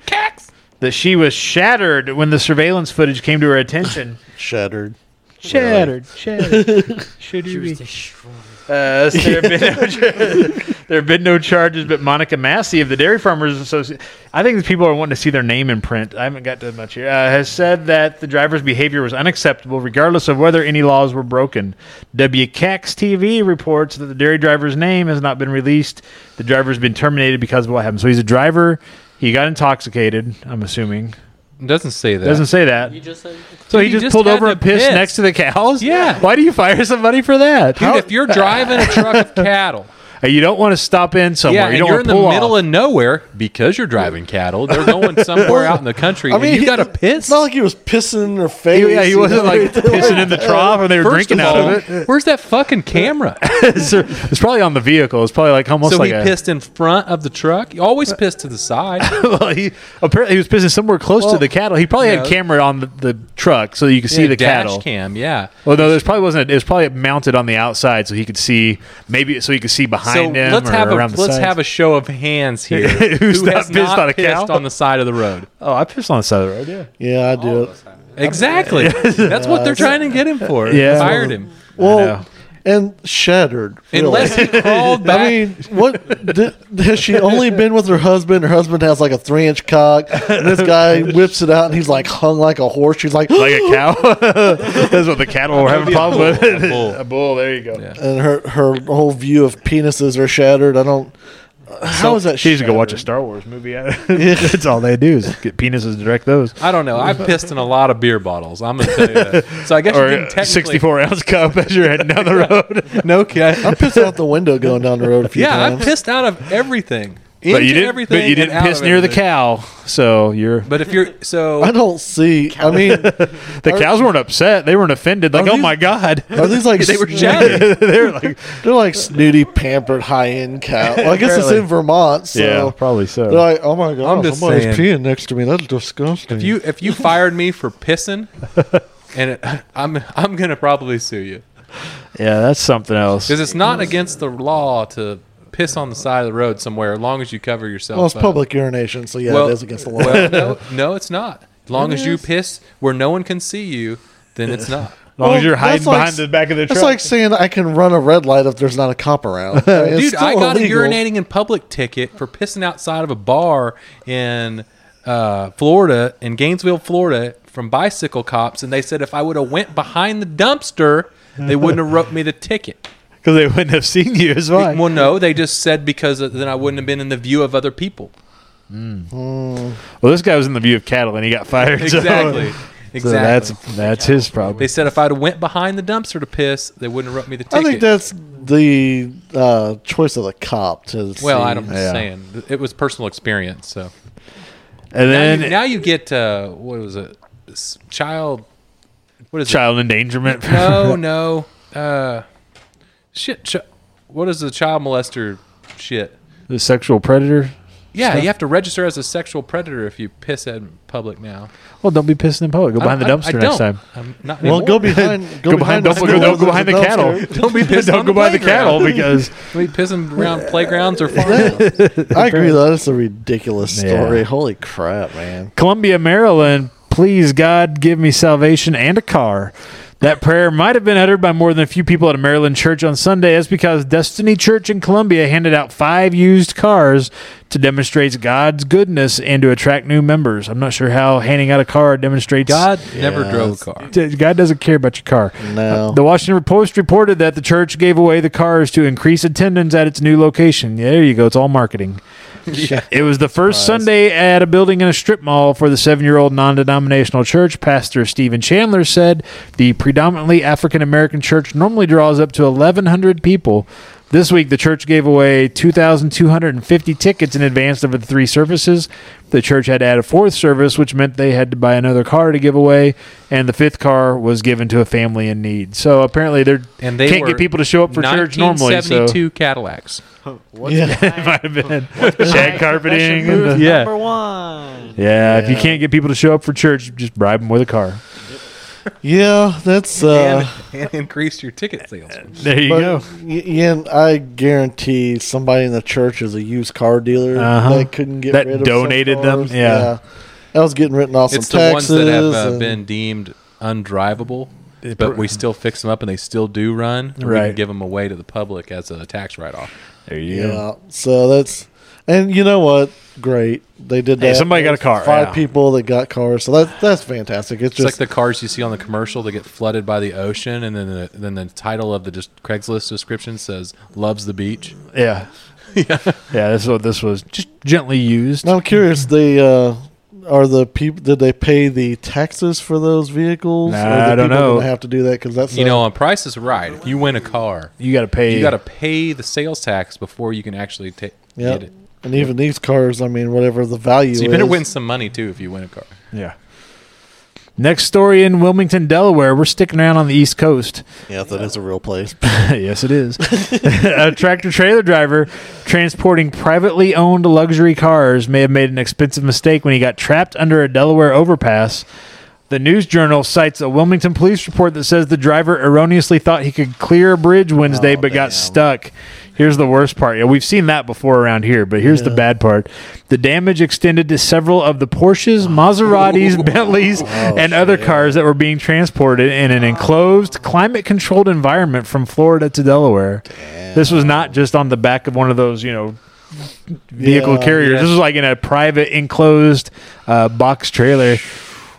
A: that she was shattered when the surveillance footage came to her attention.
B: Shattered.
A: shattered, shattered. Should
D: She
A: you
D: was
A: be
D: destroyed.
A: uh, so there, have been no char- there have been no charges, but Monica Massey of the Dairy Farmers Association, I think that people are wanting to see their name in print. I haven't got to much here. Uh, has said that the driver's behavior was unacceptable, regardless of whether any laws were broken. WCAX TV reports that the dairy driver's name has not been released. The driver's been terminated because of what happened. So he's a driver. He got intoxicated. I'm assuming
C: It doesn't say that.
A: doesn't say that.
D: You just said
A: So he,
C: He
A: just,
C: just
A: pulled
C: had
A: over
C: to
A: and pissed
C: piss.
A: next to the cows.
C: Yeah.
A: Why do you fire somebody for that?
C: Dude, if you're driving a truck of cattle,
A: Hey, you don't want to stop in somewhere.
C: yeah,
A: you
C: and
A: don't
C: you're
A: want
C: in the
A: to pull
C: middle
A: off.
C: of nowhere because you're driving cattle. They're going somewhere out in the country. I mean, you
B: he-
C: got to piss.
B: It's not like he was pissing in their face.
A: He- yeah, he
B: you
A: wasn't
B: know?
A: like pissing in the trough and they were
C: First
A: drinking
C: of
A: out
C: all,
A: of it.
C: where's that fucking camera?
A: it's, it's probably on the vehicle. It's probably like almost
C: so
A: like
C: he
A: a.
C: pissed in front of the truck. He always pissed to the side.
A: well, he apparently he was pissing somewhere close to
B: Well,
A: the cattle. He probably
C: you
A: had
C: know.
A: a camera on the, the truck so you could see
C: Yeah,
A: the
C: dash
A: cattle.
C: cam, yeah.
A: Well, no, there's probably wasn't. It was probably mounted on the outside so he could see maybe so he could see behind
C: So
A: him
C: let's
A: or
C: have a
A: around
C: let's
A: the sides.
C: have a show of hands here.
A: Who's not
C: has
A: pissed on a cow?
C: pissed on the side of the road?
A: oh, I pissed on the side of the road. Yeah.
B: Yeah, I do. It.
C: Exactly. That's what they're trying to get him for.
A: Yeah.
C: Fired him.
A: know.
B: Well, and shattered. really.
C: Unless he crawled back.
B: I mean, what did, has she only been with her husband? Her husband has like a three inch cock. And this guy whips it out and he's like hung like a horse. She's like,
A: Like a cow. That's what the cattle were having a problem with.
C: A bull.
A: a bull. There you go.
C: Yeah.
B: and her her whole view of penises are shattered. I don't. How is that?
A: She needs to go watch a
B: shattered?
A: Star Wars movie. That's all they do is get penises to direct those.
C: I don't know. I've pissed in a lot of beer bottles. I'm gonna tell you that. So I guess you
A: Or
C: didn't
A: a
C: technically
A: 64 ounce cup as you're heading down the road.
C: No okay.
B: I pissed out the window going down the road a few
C: yeah,
B: times.
C: I've pissed out of everything.
A: but
C: Into
A: you didn't.
C: everything
A: But you
C: and
A: didn't
C: out
A: piss
C: of
A: near the
C: everything.
A: cow, so you're.
C: But if you're so
B: I don't see. I mean,
A: The cows weren't upset. They weren't offended. Like,
B: Are
A: oh
B: these-
A: my god.
B: are these like
C: they were
B: sn-
C: chatting.
A: they were like,
B: They're like snooty, pampered, high end cow. Well, I guess it's
A: Apparently.
B: in Vermont, so
A: yeah, probably so.
B: they're like, "Oh my god,
C: I'm just
B: somebody's
C: saying.
B: peeing next to me. That's disgusting."
C: If you if you fired me for pissing, and it, I'm I'm gonna probably sue you
A: yeah, that's something else.
C: because it's not against the law to piss on the side of the road somewhere, as long as you cover yourself.
B: well, it's
C: up.
B: public urination, so yeah,
C: Well,
B: it is against the law.
C: Well, no, no, it's not. As long as you piss where no one can see you, then it's not.
A: As long
B: Well,
A: as you're hiding
B: that's like-
A: behind the back of the
B: That's
A: truck.
B: like saying I can run a red light if there's not a cop around. I mean, it's
C: Dude, I
B: still
C: got
B: illegal.
C: a urinating in public ticket for pissing outside of a bar in uh, Florida, in Gainesville, Florida, from bicycle cops, and they said if I would have went behind the dumpster, they wouldn't have wrote me the ticket.
A: because they wouldn't have seen you as well.
C: Well, no, they just said because then I wouldn't have been in the view of other people.
A: Well, this guy was in the view of cattle and he got fired. so-
C: Exactly. Exactly.
A: So, that's that's his
C: they
A: problem.
C: said if I'd have went behind the dumpster to piss, they wouldn't have wrote me the ticket.
B: I think that's the uh, choice of the cop to.
C: well, I
B: see.
C: don't
A: Yeah.
C: saying it was personal experience. So
A: And
C: now,
A: then
C: you, now you get uh, what was it? S- Child. What is it?
A: child endangerment.
C: No, no. Uh, shit. Ch- what is the child molester shit?
A: The sexual predator.
C: Yeah,
A: Stuff?
C: you have to register as a sexual predator if you piss at public now.
A: Well, don't be pissing in public. Go behind the
C: I- I-
A: dumpster
C: I
A: next
C: don't.
A: time.
C: I'm not
B: Well,
C: anymore.
B: go behind. Go,
A: Go behind,
B: the
A: don't go,
B: schools
A: don't go behind the
B: and
A: cattle.
B: dumpster.
C: Don't be pissing
A: don't
C: on
A: go
C: the
A: by the
C: playground.
A: cattle because
C: Don't be pissing around playgrounds or farmhouses.
B: I agree. though. That's a ridiculous
A: Yeah.
B: story. Holy crap, man!
A: Columbia, Maryland. Please, God, give me salvation and a car. That prayer might have been uttered by more than a few people at a Maryland church on Sunday. That's because Destiny Church in Columbia handed out five used cars to demonstrate God's goodness and to attract new members. I'm not sure how handing out a car demonstrates
C: God never
B: Yeah,
C: drove
B: that's-
C: a car.
A: D- God doesn't care about your car.
C: Uh,
B: No.
A: The Washington Post reported that the church gave away the cars to increase attendance at its new location. Yeah, there you go. It's all marketing. It was the first Sunday at a building in a strip mall for the seven year old non denominational church. Pastor Stephen Chandler said the predominantly African American church normally draws up to 1,100 people. This week, the church gave away 2,250 tickets in advance of the three services. The church had to add a fourth service, which meant they had to buy another car to give away, and the fifth car was given to a family in need. So apparently, they're
C: And they
A: can't
C: were
A: get people to show up for church normally. So
C: 1972 Cadillacs.
D: What's
B: Yeah.
A: it might have been shag carpeting. and the-
C: Yeah.
D: Number one.
A: yeah, if you
B: Yeah.
A: can't get people to show up for church, just bribe them with a car.
B: Yeah, that's uh.
C: and, and increased your ticket sales.
A: There you
B: But
A: go.
B: y- yeah, and I guarantee somebody in the church is a used car dealer
A: Uh-huh.
B: that couldn't get
A: That
B: rid of
A: donated
B: some
A: them,
B: cars.
A: yeah.
B: That was getting written off
C: It's
B: some
C: the ones
B: taxes.
C: that have uh,
B: and-
C: been deemed undrivable,
A: It-
C: but we still fix them up and they still do run. and We
A: Right.
C: can give them away to the public as a tax write off.
A: There you
B: Yeah.
A: go.
B: So that's and you know what? Great. They did that.
A: Hey, somebody got a car,
B: Five
A: yeah.
B: people that got cars. So that's that's fantastic. It's
C: It's
B: just
C: like the cars you see on the commercial that get flooded by the ocean, and then the, then the title of the just Craigslist description says "Loves the Beach."
A: Yeah. Yeah. Yeah, that's what this was. Just gently used.
B: now I'm curious, they uh are the people did they pay the taxes for those vehicles?
A: Nah,
B: or the
A: I don't
B: people
A: know.
B: Gonna have to do that because that's
C: You
B: a-
C: know, on Price is Right, if you win a car,
A: You got to pay.
C: you got to pay the sales tax before you can actually ta-
B: yeah.
C: get it.
B: And even these cars, I mean, whatever the value
C: So you
B: is,
C: better win some money too if you win a car.
A: Yeah. Next story in Wilmington, Delaware. We're sticking around on the East Coast.
E: Yeah, that is a real place.
A: yes, it is. a tractor trailer driver transporting privately owned luxury cars may have made an expensive mistake when he got trapped under a Delaware overpass. The news journal cites a Wilmington police report that says the driver erroneously thought he could clear a bridge Wednesday but got stuck. Here's the worst part. Yeah, we've seen that before around here, but here's the bad part. The damage extended to several of the Porsches, Maseratis, Bentleys, and other cars that were being transported in an enclosed, climate controlled environment from Florida to Delaware. This was not just on the back of one of those, you know, vehicle
B: Yeah.
A: carriers.
C: Yeah.
A: This was like in a private enclosed uh, box trailer.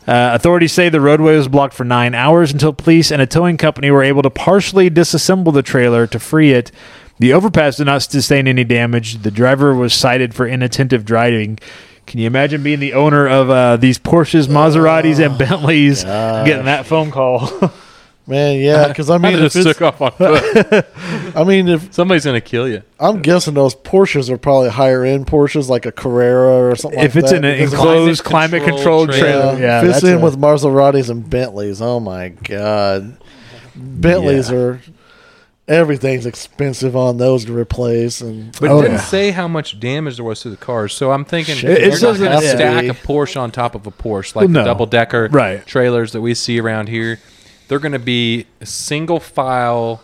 A: Uh, authorities say the roadway was blocked for nine hours until police and a towing company were able to partially disassemble the trailer to free it. The overpass did not sustain any damage. The driver was cited for inattentive driving. Can you imagine being the owner of uh, these Porsches, Maseratis,
B: Oh,
A: and Bentleys, getting that phone call?
B: man. Yeah, because I
C: I
B: mean, if
C: just
B: it's,
C: took off on foot.
B: I mean, if
C: Somebody's gonna kill you.
B: I'm guessing those Porsches are probably higher end Porsches, like a Carrera or something.
A: if
B: like
A: it's
B: that,
A: in an
B: because-
A: enclosed,
C: Climate
A: climate-controlled
C: controlled
A: trailer,
B: Yeah,
A: yeah,
B: if it's
A: that's a-
B: in with Maseratis and Bentleys. Oh my god, Bentleys
A: Yeah.
B: are everything's expensive on those to replace. And
C: But
A: Oh,
C: it didn't
A: yeah.
C: say how much damage there was to the cars, so I'm thinking
B: Shit,
A: it
C: you're not
A: doesn't
C: going to
B: have to
C: stack
B: be.
C: a Porsche on top of a Porsche like
A: No.
C: the double decker
A: Right.
C: trailers that we see around here. They're going to be single file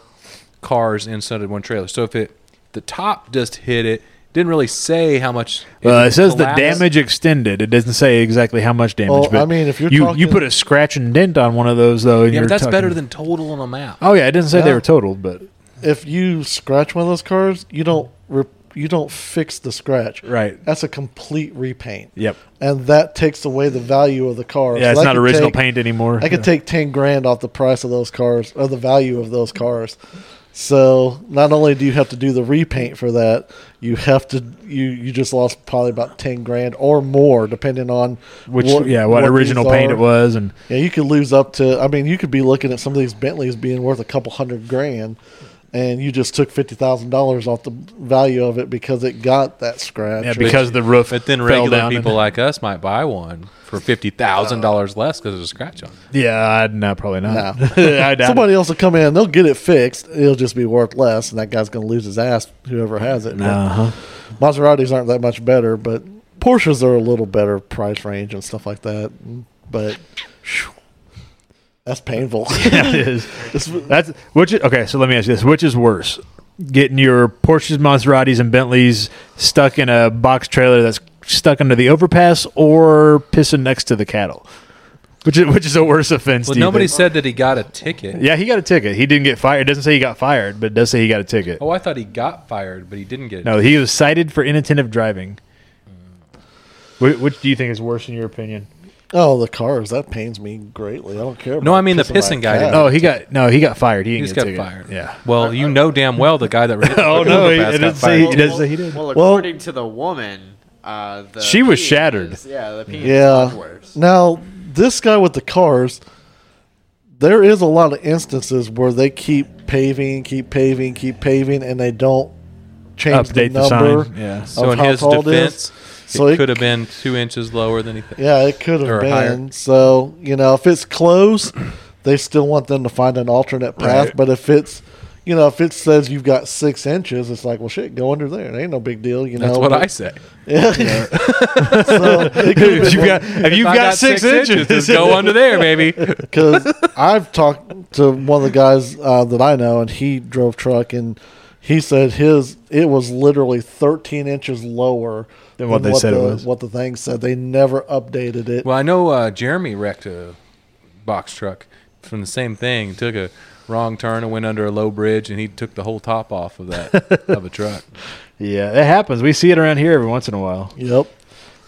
C: cars inside of one trailer. So if it the top just hit it, didn't really say how much.
A: Well, Uh, it says
C: collapsed.
A: the damage extended. It doesn't say exactly how much damage.
B: Well,
A: but
B: I mean, if you're
A: you you
B: talking-
A: put a scratch and dent on one of those though, and
C: Yeah,
A: you're
C: but that's
A: talking-
C: better than total on a map.
A: Oh yeah, it doesn't say they
B: Yeah.
A: were totaled, but
B: if you scratch one of those cars, you don't re- you don't fix the scratch.
A: right.
B: That's a complete repaint,
A: Yep.
B: and that takes away the value of the car.
A: Yeah,
B: So
A: it's
B: that
A: not
B: could
A: original
B: take-
A: paint anymore.
B: I could take ten grand off the price of those cars or the value of those cars. So not only do you have to do the repaint for that, you have to you you just lost probably about ten grand or more, depending on
A: which yeah, what,
B: these
A: original paint
B: are.
A: it was, and
B: Yeah, you could lose up to. I mean, you could be looking at some of these Bentleys being worth a couple hundred grand, and you just took fifty thousand dollars off the value of it because it got that scratch.
A: Yeah,
B: or-
A: because the roof.
C: But then
A: fell
C: regular
A: down and-
C: people like us might buy one for fifty thousand dollars less because there's a scratch on it.
A: yeah, I'd, no, probably not.
B: No.
A: I doubt
B: somebody else will come in, they'll get it fixed. It'll just be worth less, and that guy's going to lose his ass. Whoever has it.
A: it. Uh-huh.
B: Maseratis aren't that much better, but Porsches are a little better price range and stuff like that. But phew, that's painful.
A: Yeah, it is. That's which. is- Okay, so let me ask you this: Which is worse, getting your Porsches, Maseratis, and Bentleys stuck in a box trailer that's stuck under the overpass, or pissing next to the cattle? Which is which is a worse offense?
C: Well,
A: do you
C: nobody
A: think?
C: said that he got a ticket.
A: Yeah, he got a ticket. He didn't get fired. It doesn't say he got fired, but it does say he got a ticket.
C: Oh, I thought he got fired, but he didn't get.
A: No, he was cited for inattentive driving. Which, which do you think is worse in your opinion?
B: oh, the cars that pains me greatly. I don't care.
C: No,
B: about
C: I mean the
B: by a
C: pissing guy
B: cat.
C: didn't.
A: Oh, he got no, he got fired. He
C: He
A: didn't
C: just
A: get
C: got
A: a ticket.
C: fired.
A: Yeah.
C: Well, you know damn well the guy that.
A: Oh, no, he- it
C: got
A: didn't say he
C: fired.
A: did. does say he did.
D: Well,
B: Well-
D: according to the woman, uh, the
A: She was
D: penis-
A: shattered.
D: Yeah, the penis
B: Yeah.
D: yeah. worse.
B: Now this guy with the cars, there is a lot of instances where they keep paving, keep paving, keep paving, and they don't change
A: Update
B: the
A: the
B: number.
A: sign, yeah.
B: of
C: So in
B: how
C: his
B: tall it is.
C: defense,
B: So
C: it
B: it-
C: could have been two inches lower than he. Th-
B: Yeah, it could have
C: Or
B: been.
C: higher.
B: So, you know, if it's close, they still want them to find an alternate path.
A: Right.
B: But if it's, you know, if it says you've got six inches, it's like, well, shit, go under there. It ain't no big deal. You
C: That's
B: know,
C: what
B: but-
C: I say.
B: Yeah. so it could
A: If you've got, if you've
C: If I
A: got, six, inches,
C: just go under there, baby.
B: because I've talked to one of the guys uh, that I know, and he drove truck, and he said his it was literally 13 inches lower
A: Than what they said it
B: the,
A: was.
B: What the thing said, they never updated it.
C: Well, I know uh, Jeremy wrecked a box truck from the same thing. Took a wrong turn and went under a low bridge, and he took the whole top off of that of a truck.
A: Yeah, it happens. We see it around here every once in a while.
B: yep.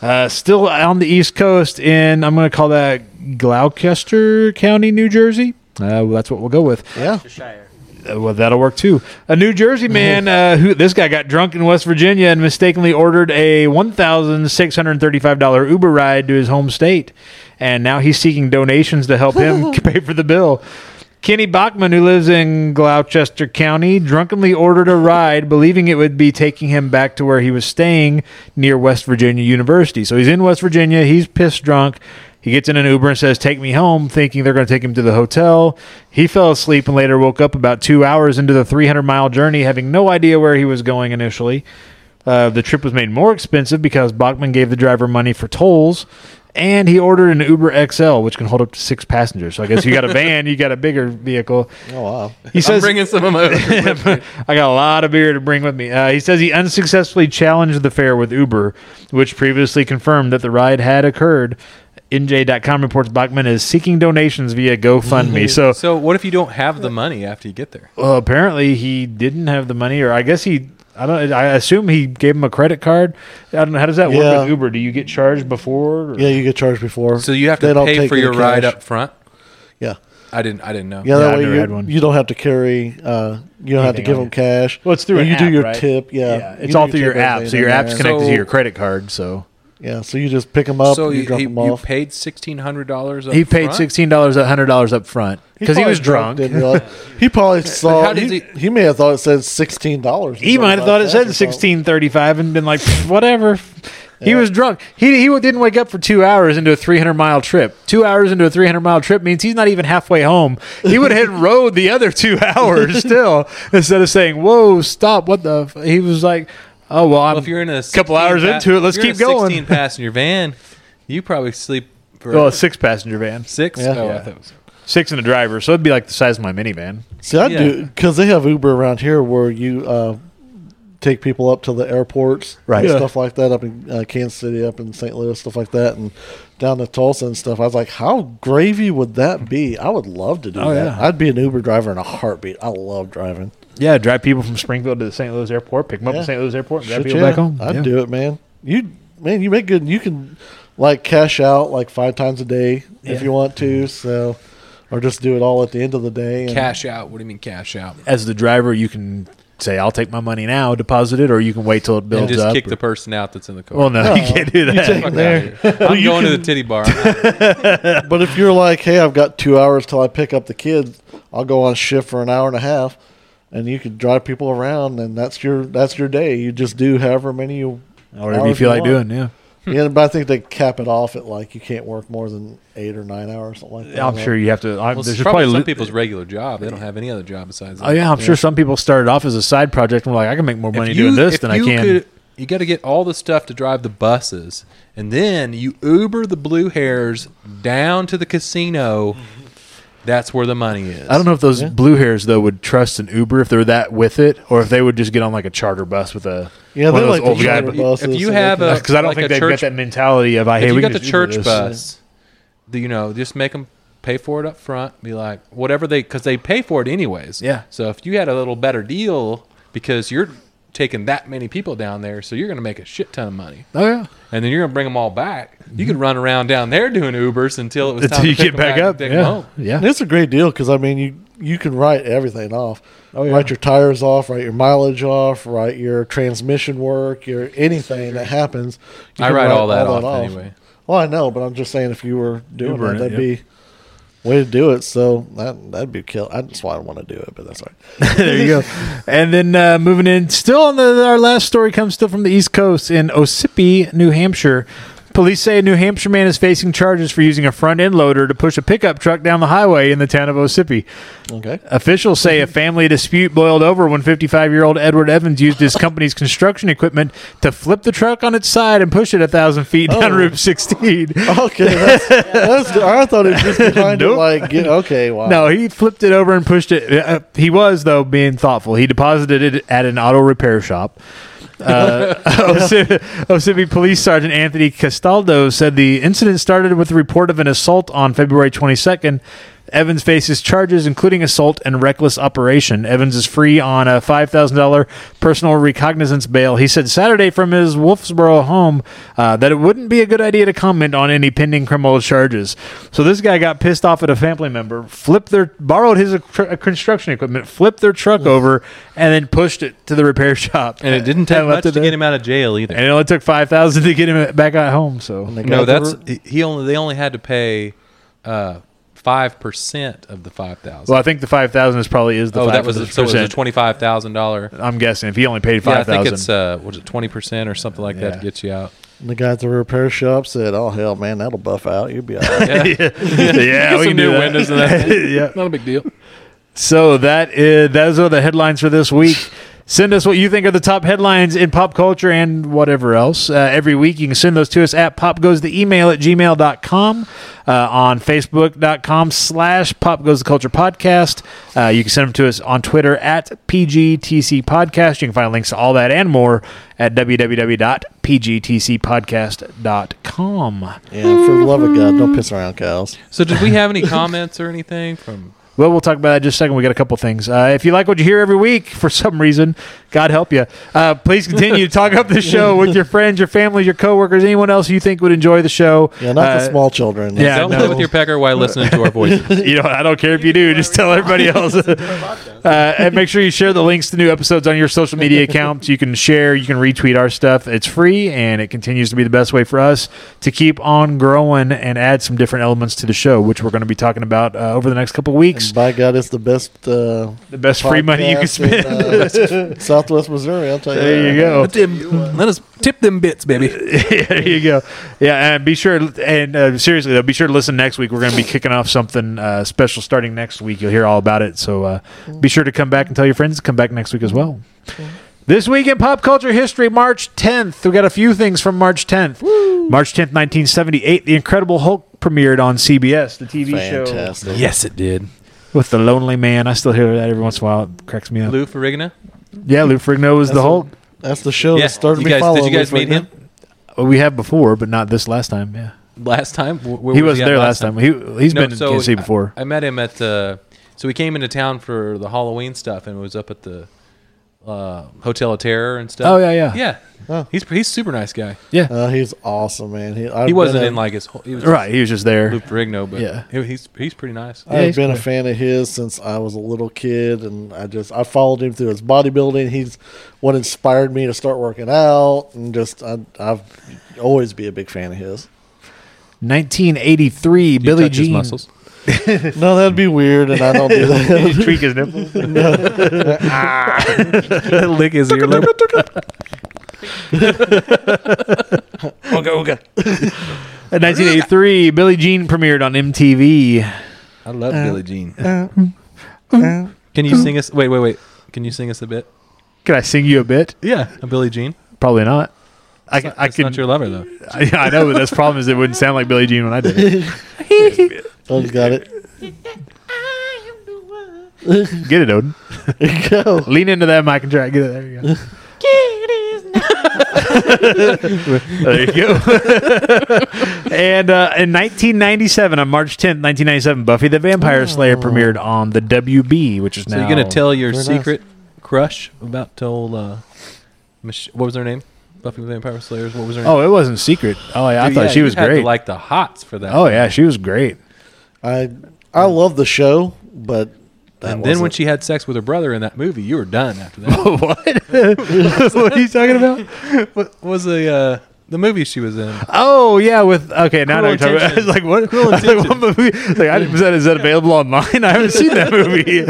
A: Uh, still on the East Coast in, I'm going to call that Gloucester County, New Jersey. Uh, well, that's what we'll go with.
B: Yeah.
D: Shire.
A: Uh, well, that'll work too. A New Jersey man, uh, who this guy got drunk in West Virginia and mistakenly ordered a $1,635 Uber ride to his home state, and now he's seeking donations to help him pay for the bill. Kenny Bachman, who lives in Gloucester County, drunkenly ordered a ride, believing it would be taking him back to where he was staying near West Virginia University. So he's in West Virginia. He's pissed drunk. He gets in an Uber and says, Take me home, thinking they're going to take him to the hotel. He fell asleep and later woke up about two hours into the 300 mile journey, having no idea where he was going initially. Uh, the trip was made more expensive because Bachman gave the driver money for tolls, and he ordered an Uber XL, which can hold up to six passengers. So I guess you got a van, you got a bigger vehicle.
B: Oh wow.
A: He
C: I'm
A: says,
C: bringing some of my. own.
A: I got a lot of beer to bring with me. Uh, he says he unsuccessfully challenged the fare with Uber, which previously confirmed that the ride had occurred. NJ.com reports Bachman is seeking donations via GoFundMe. so
C: So what if you don't have the money after you get there?
A: well, apparently he didn't have the money, or I guess he. I don't. I assume he gave him a credit card. I don't know. How does that work
B: Yeah.
A: with Uber? Do you get charged before? or-
B: Yeah, you get charged before.
C: So you have
B: They
C: to
B: don't
C: pay
B: take
C: for
B: any
C: your ride
B: cash.
C: up front.
B: Yeah.
C: I didn't. I didn't know.
B: Yeah,
A: Yeah,
B: that
A: I've
B: way
A: never
B: you,
A: had one.
B: you don't have to carry. Uh, you don't have to
A: Anything
B: give
A: on
B: them
A: you.
B: cash.
A: Well, it's through
B: And
A: an
B: you do
A: app,
B: your
A: right?
B: tip. Yeah, You
A: it's
B: do
A: all through your
B: tip,
A: app,
B: everything
A: so your
B: in
A: app's
B: there.
A: connected to
C: So-
A: your credit card. So
B: Yeah, so you just pick them up.
C: So
B: and you,
C: you,
B: drop
C: he-
B: them
C: you
B: off.
C: paid sixteen hundred dollars.
A: he paid sixteen dollars, hundred dollars up front because he
B: probably
A: was drunk.
B: didn't realize- he probably saw.
C: how did
B: he,
C: he-
B: he may have thought it said sixteen dollars.
A: He might have thought it said sixteen thirty-five and been like, "Pff, whatever. He
B: Yeah.
A: was drunk. He he didn't wake up for two hours into a three hundred mile trip. Two hours into a three hundred mile trip means he's not even halfway home. He would have rode the other two hours still instead of saying, "Whoa, stop! What the?" F-? He was like, "Oh well, I'm."
C: Well, if you're in a
A: couple hours
C: 16
A: into it, let's
C: if you're
A: keep
C: in a
A: going.
C: Sixteen passenger van. You probably sleep for
A: well, a six passenger van,
C: six.
B: Yeah.
C: Oh, I
B: Yeah.
C: thought it was.
A: six and a driver, so it'd be like the size of my minivan.
B: See, I
C: Yeah.
B: do because they have Uber around here where you uh, take people up to the airports,
A: Right.
B: and
A: Yeah.
B: Stuff like that up in uh, Kansas City, up in St. Louis, stuff like that, and down to Tulsa and stuff. I was like, how gravy would that be? I would love to do
A: Oh,
B: that.
A: yeah.
B: I'd be an Uber driver in a heartbeat. I love driving.
A: Yeah, drive people from Springfield to the St. Louis airport, pick them up
B: Yeah.
A: at St. Louis airport, and drive
B: Shit,
A: people
B: yeah.
A: back home.
B: I'd
A: Yeah.
B: do it, man. You man, you make good. You can like cash out like five times a day
A: Yeah.
B: if you want to. So, or just do it all at the end of the day. And
C: Cash out. What do you mean cash out?
A: As the driver, you can say, "I'll take my money now, deposit it," or you can wait till it
C: And
A: builds
C: just
A: up.
C: kick
A: or-
C: the person out that's in the car.
A: Well, no, you can't do that.
C: Fuck outta here. I'm
B: you
C: going to
B: can-
C: the titty bar.
B: But if you're like, hey, I've got two hours till I pick up the kids, I'll go on shift for an hour and a half. and you could drive people around, and that's your that's your day. You just do however many you.
A: Whatever you
B: hours
A: feel like
B: want.
A: doing, yeah.
B: Yeah, but I think they cap it off at like you can't work more than eight or nine hours, something like that.
A: I'm sure you have to. I,
C: Well,
A: there's
C: it's
A: probably
C: probably, uh, some
A: li-
C: people's regular job. They don't have any other job besides that.
A: Oh yeah, I'm sure some people started off as a side project and were like, I can make more money
C: If
A: doing
C: you-
A: this
C: if
A: than I
C: you
A: can.
C: could- you got to get all the stuff to drive the buses, and then you Uber the blue hairs down to the casino. That's where the money is.
A: I don't know if those blue hairs though would trust an Uber if they're that with it, or if they would just get on like a charter bus with a
B: Yeah,
A: one
B: they
A: of those
B: like the
A: old guy.
B: charter
A: Because
B: bus. buses
C: If you
B: and they
C: have
B: can-
C: a,
A: I don't
C: like
A: think
C: a
A: they've
C: church
A: got that mentality of I hey
C: if
A: we
C: you got
A: can
C: the
A: just Uber
C: church
A: this.
C: bus, the, you know, just make them pay for it up front. Be like, whatever they, because they pay for it anyways.
A: Yeah.
C: So if you had a little better deal, because you're taking that many people down there, so you're going to make a shit ton of money,
A: Oh yeah,
C: and then you're going to bring them all back. You could run around down there doing Ubers until it was time
A: until
C: to
A: you
C: pick
A: get
C: 'em
A: back
C: and
A: up.
C: take 'em
A: Yeah,
C: home.
B: And
A: yeah.
B: it's a great deal because I mean you you can write everything off.
A: Oh, yeah.
B: Write your tires off, write your mileage off, write your transmission work, your anything that happens. You
C: I
B: can
C: write all that off anyway.
B: Well, I know, but I'm just saying if you were doing
A: Ubering
B: that, that'd
A: it,
B: be way to do it. So that that'd be kill. I just why I want to do it, but that's all right.
A: there you go. And then uh, moving in, still on the our last story comes still from the East Coast in Ossipee, New Hampshire. Police say a New Hampshire man is facing charges for using a front end loader to push a pickup truck down the highway in the town of Ossipee.
B: Okay.
A: Officials say a family dispute boiled over when 55 year old Edward Evans used his company's construction equipment to flip the truck on its side and push it a thousand feet down
B: Oh.
A: Route 16.
B: Okay, that's, that's good. I thought it was just behind it,
A: Nope.
B: like get, okay, wow.
A: No, he flipped it over and pushed it. Uh, he was, though, being thoughtful. He deposited it at an auto repair shop. Uh, Ossi- Ossipi Police Sergeant Anthony Castaldo said the incident started with a report of an assault on February 22nd. Evans faces charges including assault and reckless operation. Evans is free on a $5,000 personal recognizance bail. He said Saturday from his Wolfsboro home uh, that it wouldn't be a good idea to comment on any pending criminal charges. So this guy got pissed off at a family member, flipped their borrowed his tr- construction equipment, flipped their truck over, and then pushed it to the repair shop.
C: And it didn't take
A: And Uh, left it
C: much to
A: there.
C: get him out of jail either.
A: And it only took five thousand to get him back at home. So
B: They got
C: No,
B: the
C: that's
B: r-
C: he- he only. They only had to pay uh, five percent of the five thousand.
A: well, I think the five thousand is probably is the.
C: oh, that
A: 5%.
C: was a, so it was a twenty five thousand dollar.
A: I'm guessing if he only paid
C: Yeah, I
A: five
C: think
A: thousand.
C: it's uh, was it twenty percent or something like that
A: Yeah.
C: to get you out.
B: the guy at the repair shop said, "Oh hell, man, that'll buff out. You'll be all right."
C: Yeah,
A: yeah,
C: get
A: we
C: uh, some
A: can do
C: new
A: that.
C: windows and that.
A: yeah.
C: not a big deal.
A: So that is those are the headlines for this week. Send us what you think are the top headlines in pop culture and whatever else. Uh, every week you can send those to us at popgoestheemail at gmail.com, uh, on facebook.com slash pop goes the culture podcast. Uh, you can send them to us on Twitter at PGTC podcast. You can find links to all that and more at www.pgtcpodcast.com.
B: Yeah, for the love of God, don't piss around, cows.
C: So, did we have any comments or anything from?
A: Well, we'll talk about that in just a second. We got a couple things. Uh, if you like what you hear every week, for some reason, God help you, uh, please continue to talk up the show with your friends, your family, your coworkers, anyone else you think would enjoy the show.
B: Yeah, not
A: Uh,
B: the small children.
A: yeah,
C: Don't
A: no.
C: play with your pecker while listening to our voices.
A: You know, I don't care if you do. Just tell everybody else. uh, and make sure you share the links to new episodes on your social media accounts. You can share, you can retweet our stuff. It's free, and it continues to be the best way for us to keep on growing and add some different elements to the show, which we're going to be talking about uh, over the next couple of weeks.
B: And by God, it's the best. Uh,
A: The best free money you can
B: podcast in,
A: spend.
B: uh, Southwest Missouri, I'll tell you.
A: There
B: that.
A: you go.
C: let us tip them bits, baby.
A: there you go. Yeah, and be sure and uh, seriously though, be sure to listen next week. We're going to be kicking off something uh, special starting next week. You'll hear all about it. So uh, be sure to come back and tell your friends to come back next week as well. This week in pop culture history, March 10th. We got a few things from March 10th. March 10th, 1978, The Incredible Hulk premiered on CBS, the TV show
B: Fantastic.
C: Yes, it did.
A: with the lonely man. I still hear that every once in a while. It cracks me up.
C: Lou Ferrigno.
A: Yeah, Lou Frigno was the
B: That's
A: Hulk.
B: That's the show
C: Yeah,
B: that started
C: you
B: me
C: guys,
B: following.
C: did you guys
B: Lou
C: meet
B: Ferrigno.
C: him
A: We have before, but not this last time. Yeah.
C: last time? Wh- where
A: he
C: was
A: was
C: at
A: there last time. He he's been in Tennessee
C: I-
A: before.
C: I, met him at the. So we came into town for the Halloween stuff, and was up at the uh, Hotel of Terror and stuff.
A: Oh, yeah, yeah.
C: yeah.
B: Oh.
C: He's he's a super nice guy.
A: yeah,
B: Uh, he's awesome, man. He, I've
C: He
B: been
C: wasn't
B: a-
C: in like his whole. He was
A: right. He was just there.
C: Lou Ferrigno, but
A: Yeah. Uh,
C: he- he's he's pretty nice.
A: Yeah,
B: I've
A: he's
B: been a
A: cool.
B: fan of his since I was a little kid, and I just I followed him through his bodybuilding. He's what inspired me to start working out, and just I, I've always be a big fan of his.
A: 1983,
C: Do you
A: Billy
C: touch his
A: Jean.
C: muscles.
B: No, that'd be weird, and I don't do
A: Did you
B: that.
A: tweak his nipples?
C: Lick his earlobe.
B: okay, okay.
A: In 1983, Uh, Billie Jean premiered on MTV.
C: I love
A: Uh,
C: Billie Jean. Uh, Can you sing us? Wait, wait, wait. Can you sing us a bit?
A: Can I sing you a bit?
C: Yeah, a Billie Jean.
A: Probably not. I,
C: It's not,
A: I
C: it's not
A: could.
C: your lover though.
A: I, I know, but that's the problem is it wouldn't sound like Billie Jean when I did it.
B: Oh, you got it.
A: Get it, Odin.
B: There you go.
A: Lean into that mic and try to get it. There you go. there you go. and uh, in 1997, on March 10th, 1997, Buffy the Vampire Slayer premiered on the WB, which is
C: Oh. So
A: now.
C: you're gonna tell your
B: Very nice.
C: secret crush about to old, uh, Mich- what was her name? Buffy the Vampire Slayers. What was her name?
A: Oh, it wasn't secret. Oh, yeah, I
C: Dude,
A: thought
C: yeah,
A: she
C: you
A: was
C: had to
A: great.
C: like the hots for that.
A: oh, yeah, she was great.
B: I I love the show, but that
C: and then when
B: wasn't-
C: she had sex with her brother in that movie, you were done after that.
A: what? what are you talking about?
C: what was the uh, the movie she was in?
A: Oh yeah, with okay. Now I know what you're talking
C: Cruel
A: about. I was like, what? I was like, what movie? I was Like, I, is that is that available online? I haven't seen that movie.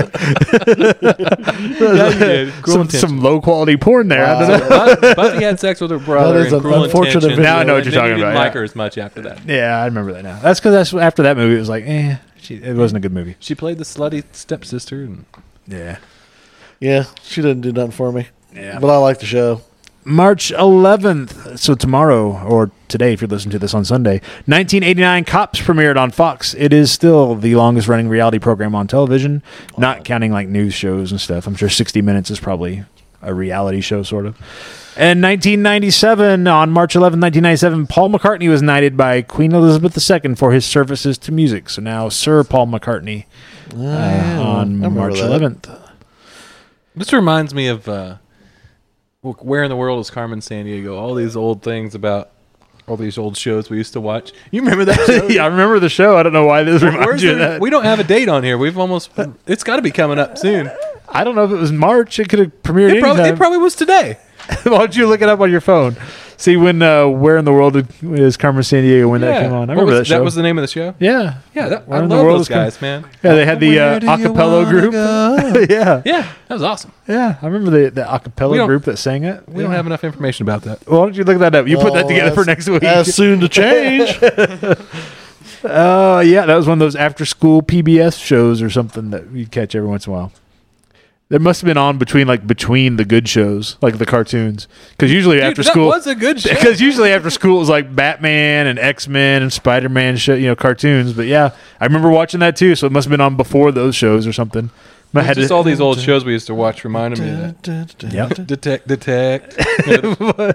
C: Yeah, you did. Cruel
A: some
C: Intentions.
A: some low quality porn there. I don't know.
B: Wow.
C: Bu- Buffy had sex with her brother.
B: That is
C: in
B: an
C: Cruel
B: unfortunate
C: Intentions,
B: video. Now I
A: know what
C: and
A: you're
C: then
A: talking
C: you didn't
A: about,
C: Like
A: yeah.
C: her as much after that.
A: Yeah, I remember that now. That's because that's after that movie. It was like, eh, she, it wasn't a good movie.
C: She played the slutty stepsister. And
A: Yeah.
B: yeah, she didn't do nothing for me.
A: Yeah.
B: But I like the show.
A: March 11th, so tomorrow or today, if you're listening to this on Sunday, 1989 Cops premiered on Fox. It is still the longest running reality program on television, not counting like news shows and stuff. I'm sure 60 Minutes is probably a reality show, sort of. And 1997, on March 11th, 1997, Paul McCartney was knighted by Queen Elizabeth II for his services to music. So now Sir Paul McCartney uh, on
B: I remember
A: March
B: that.
A: 11th.
C: this reminds me of uh, w- where in the world is Carmen San Diego? All these old things about all these old shows we used to watch. You remember that show?
A: yeah, I remember the show. I don't know why this
C: Where's
A: reminds you of
C: there-
A: that.
C: we don't have a date on here. We've almost. It's got to be coming up soon.
A: I don't know if it was March. It could have premiered
C: It probably,
A: anytime.
C: it probably was today.
A: Why don't you look it up on your phone? See when uh, where in the world is Carmen San Diego when that
C: Yeah.
A: came on? I
C: What
A: remember
C: was,
A: that show.
C: was the name of the show.
A: yeah,
C: Yeah, that, I
A: Where in
C: love
A: the world
C: those
A: is Carmen-
C: guys, man.
A: yeah. They had the uh,
E: Where do you
A: acapella
E: wanna
A: group.
E: go?
A: yeah,
C: Yeah, that was awesome.
A: yeah. I remember the the
C: We
A: acapella
C: don't-
A: group that sang it.
C: We don't have enough information about that.
A: Why don't you look that up? You put that
B: Well,
A: together for
B: as-
A: next week.
B: As Oh, soon to change.
A: Oh yeah, that was one of those after school PBS shows or something that you'd catch every once in a while. There must have been on between like between the good shows, like the cartoons, because usually
C: Dude,
A: after
C: that
A: school
C: was a good show.
A: Because usually after school it was like Batman and X Men and Spider Man shit, you know, cartoons. But yeah, I remember watching that too. So it must have been on before those shows or something. I had
C: Just
A: to-
C: all these old shows we used to watch reminded me of
A: Yep.
C: that. Detect, detect.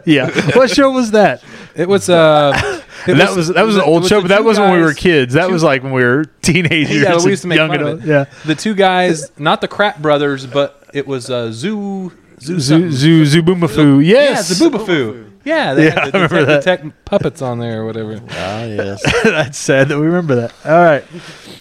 A: yeah. what show was that?
C: It was uh, it
A: that was that was an
C: it
A: old
C: was
A: show,
C: the
A: but that
C: two
A: wasn't when we were
C: guys-
A: kids. That
C: two-
A: was like when we were teenagers.
C: Yeah,
A: and
C: we used to make
A: young
C: fun of
A: adults.
C: it.
A: Yeah.
C: The two guys, not the crap brothers, but it was uh, Zoo Zoo
A: Zoo
C: something.
A: Zoo Zoobumafoo. Yes.
C: Yeah, Zaboobafoo. Yeah, they
A: Yeah,
C: had
A: I
C: the
A: remember
C: detect, detect puppets on there or whatever.
B: ah, yes.
A: That's sad that we remember that. All right.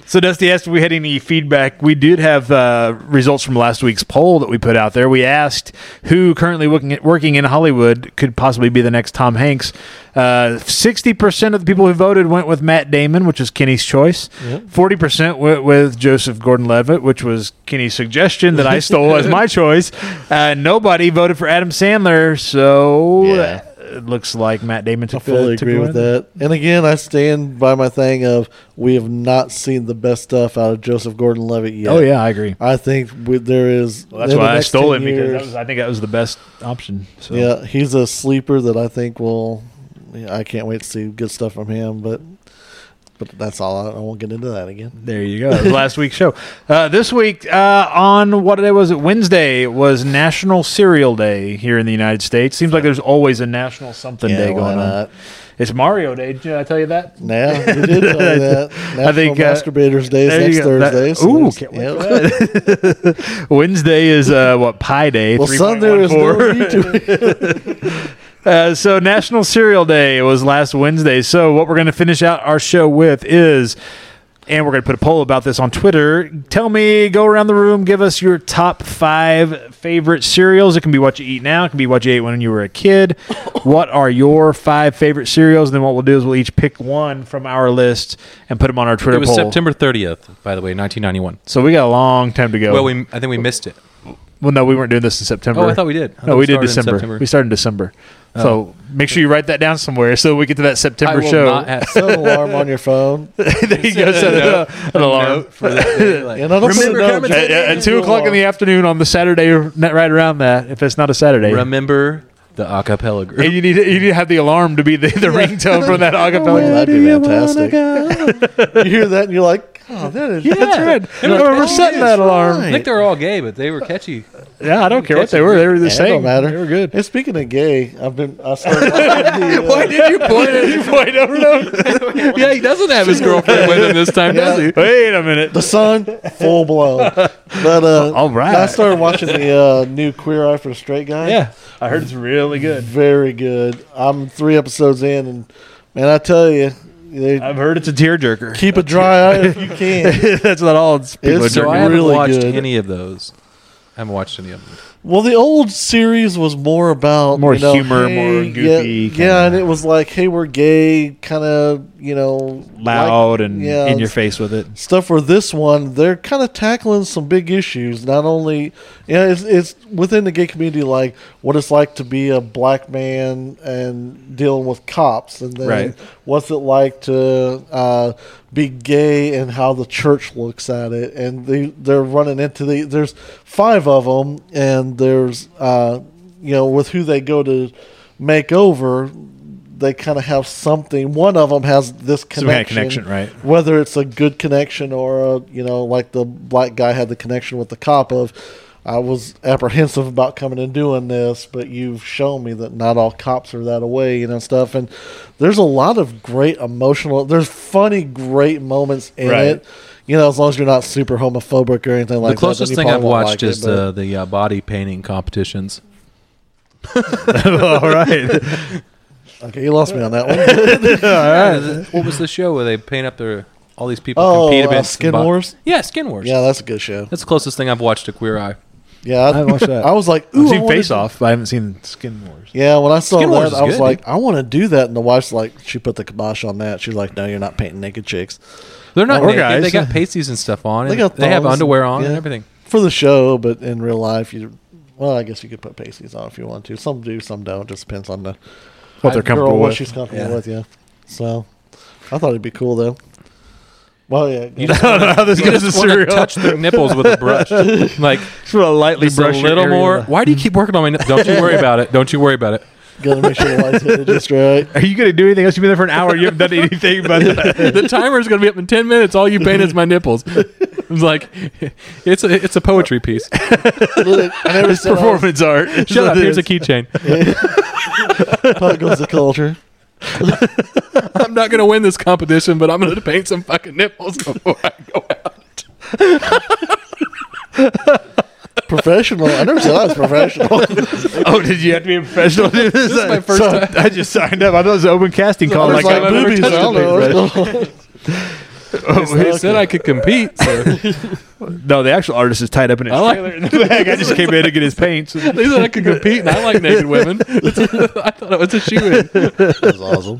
A: So, Dusty asked if we had any feedback. We did have uh, results from last week's poll that we put out there. We asked who currently working, working in Hollywood could possibly be the next Tom Hanks. Uh, 60% of the people who voted went with Matt Damon, which was Kenny's choice. 40% went with Joseph Gordon Levitt, which was Kenny's suggestion that I stole as my choice. Uh, nobody voted for Adam Sandler. So,
B: Yeah.
A: it looks like Matt Damon
B: I
A: took
B: fully
A: the, took
B: agree
A: the
B: with
A: win.
B: that. And again, I stand by my thing of we have not seen the best stuff out of Joseph Gordon-Levitt yet.
A: Oh, yeah, I agree.
B: I think we, there is.
A: Well, that's
B: in the
A: why I
B: next
A: stole
B: 10
A: it because that
B: years-
A: was, I think that was the best option. So.
B: Yeah, he's a sleeper that I think will. yeah, I can't wait to see good stuff from him, but but that's all. I, I won't get into that again.
A: There you go. That was Last week's show. Uh, this week uh, on what day was it? Wednesday was National Cereal Day here in the United States. Seems like there's always a national something
B: Yeah,
A: day
B: why
A: going on.
B: not?
A: It's Mario Day. Did I tell you that?
B: Nah, you did tell me that. National
A: I think, uh,
B: masturbators day is
A: there you
B: next
A: go. That-
B: Thursday.
A: Ooh,
B: there's-
A: can't wait
B: yep.
A: Wednesday is uh, what Pie Day.
B: Well, son, there is no
A: 3.14.
B: need to
A: Uh, so National Cereal Day was last Wednesday. So what we're going to finish out our show with is And we're going to put a poll about this on Twitter. Tell me, go around the room, give us your top five favorite cereals. It can be what you eat now, it can be what you ate when you were a kid. what are your five favorite cereals? And then what we'll do is we'll each pick one from our list and put them on our Twitter
C: It was
A: poll.
C: September 30th, by the way, 1991.
A: So we got a long time to go.
C: Well, we I think we missed it.
A: Well, no, we weren't doing this in September.
C: Oh, I thought we did. I
A: No,
C: thought
A: we
C: we
A: did
C: started in
A: December.
C: September.
A: We started in Oh. December. So make sure you write that down somewhere so we get to that
C: I
A: September
C: will
A: show.
C: not have
B: Set an alarm on your phone.
A: there you go. Set
C: Note-
A: a- an alarm.
C: note for that day, like-
B: And I don't
C: Remember
B: know,
C: Kermit the
A: At, at- at two o'clock in the afternoon on the Saturday, or not right around that, if it's not a Saturday,
C: remember the acapella group.
A: and you need to, you need to have the alarm to be the, the ringtone from that
B: Oh,
A: acapella.
B: that'd be fantastic. you hear that and you're like, oh, that is.
A: That's right. We're setting that alarm.
C: I think they were all gay, but they were catchy.
A: Yeah, I don't care what they were. They were the
B: It don't
A: same.
B: matter.
A: They were good.
B: And speaking of gay, I've been. I started watching the, uh,
A: did you point at you point over them?
C: yeah, he doesn't have his girlfriend with him this time, does he?
A: Wait a minute.
B: the sun full blown. But uh,
A: All right.
B: I started watching the uh, new Queer Eye for the Straight Guy.
A: Yeah, I heard it's really good.
B: very good. I'm three episodes in, and man, I tell you, they
A: I've heard it's a tearjerker.
B: keep a dry eye if you can.
A: That's not all. It's people
B: It's
A: are
C: So I
A: jerking.
C: haven't
B: Really
C: watched
B: good.
C: any of those. I haven't watched any of them.
B: Well, the old series was more about
A: More
B: you know,
A: humor,
B: hey,
A: more
B: yeah,
A: goofy,
B: yeah,
A: kinda-
B: and it was like, hey, we're gay, kind of, you know, like-
A: loud and
B: yeah,
A: in your face with it.
B: stuff for this one, they're kind of tackling some big issues. Not only, you know, it's, it's within the gay community, like what it's like to be a black man and dealing with cops, and then
A: Right.
B: what's it like to uh, be gay and how the church looks at it. And they they're running into the there's five of them, and there's uh, you know with who they go to make over. They kind of have something. One of them has this
A: Some kind of
B: connection,
A: connection, right?
B: whether it's a good connection or a, you know like the black guy had the connection with the cop of i was apprehensive about coming and doing this but you've shown me that not all cops are that away you know stuff and there's a lot of great emotional there's funny great moments in
A: Right.
B: it you know as long as you're not super homophobic or anything like
C: the closest
B: that then you
C: thing
B: probably
C: I've
B: won't
C: watched
B: like it,
C: is
B: but-
C: uh, the uh, body painting competitions.
A: all right.
B: okay you lost me on that one
C: What was the show where they paint up their all these people
B: Oh,
C: compete
B: uh,
C: against
B: Skin
C: bo-
B: Wars?
C: Yeah, Skin Wars.
B: yeah that's a good show
C: That's the closest thing I've watched to Queer Eye.
B: yeah i,
A: haven't watched that.
B: I was like
A: I've
B: ooh, I
A: seen
B: wanna
A: Face
B: do-
A: Off, but I haven't seen Skin Wars.
B: Yeah, when I saw
C: Skin Wars
B: that,
C: is
B: I was
C: good,
B: like, I want to do that. And the wife's like, she put the kibosh on that. She's like, no, you're not painting naked chicks
C: They're not
A: Or
C: naked.
A: guys.
C: They got pasties and stuff
B: Oh,
C: on.
B: They
C: And they,
B: got
C: have
B: thongs and-
C: underwear on and
B: yeah.
C: everything.
B: for the show, but in real life, you. Well, I guess you could put pasties on if you want to. Some do, some don't. Just depends on the
A: What they're comfortable
B: girl, what
A: with.
B: she's comfortable
C: Yeah.
B: with. Yeah. So, I thought it'd be cool though. Well, yeah,
C: You
B: yeah.
C: just
A: I don't know how this goes to
C: want to
A: cereal.
C: touch their nipples with a brush. Like
A: Just wanna lightly
C: just a
A: brush your
C: little
A: area
C: more.
A: with
C: Why do you keep working on my? Don't you worry about it. Don't you worry about it.
B: gotta make sure the lights hit it just right.
A: a- Are you going to do anything else? You've been there for an hour. You haven't done anything but
C: the timer's going to be up in 10 minutes. All you paint is my nipples. It's like, it's a, it's a poetry piece.
B: Look, I never
A: It's
B: said I was
A: performance art.
C: uh, Shut up. Here's a keychain.
B: Pug was the culture.
C: I'm not going to win this competition, but I'm going to paint some fucking nipples before I go out.
B: Professional. I never said I was professional.
A: Oh, did you have to be a professional to do this?
C: is my first
A: So,
C: time.
A: I just signed up. I thought it was an open casting
C: Oh,
A: call.
B: I
A: Like, Oh,
B: was
C: God,
B: like
C: I've never
B: boobies. I
C: touched
A: a
B: don't know. what's going on.
C: They said I could compete. So. they
A: no, the actual artist is tied up in his
C: I like-
A: trailer in the bag. I just came in to get his paints.
C: said I could compete, and I like naked women. I thought it was a shoe in.
B: That's awesome.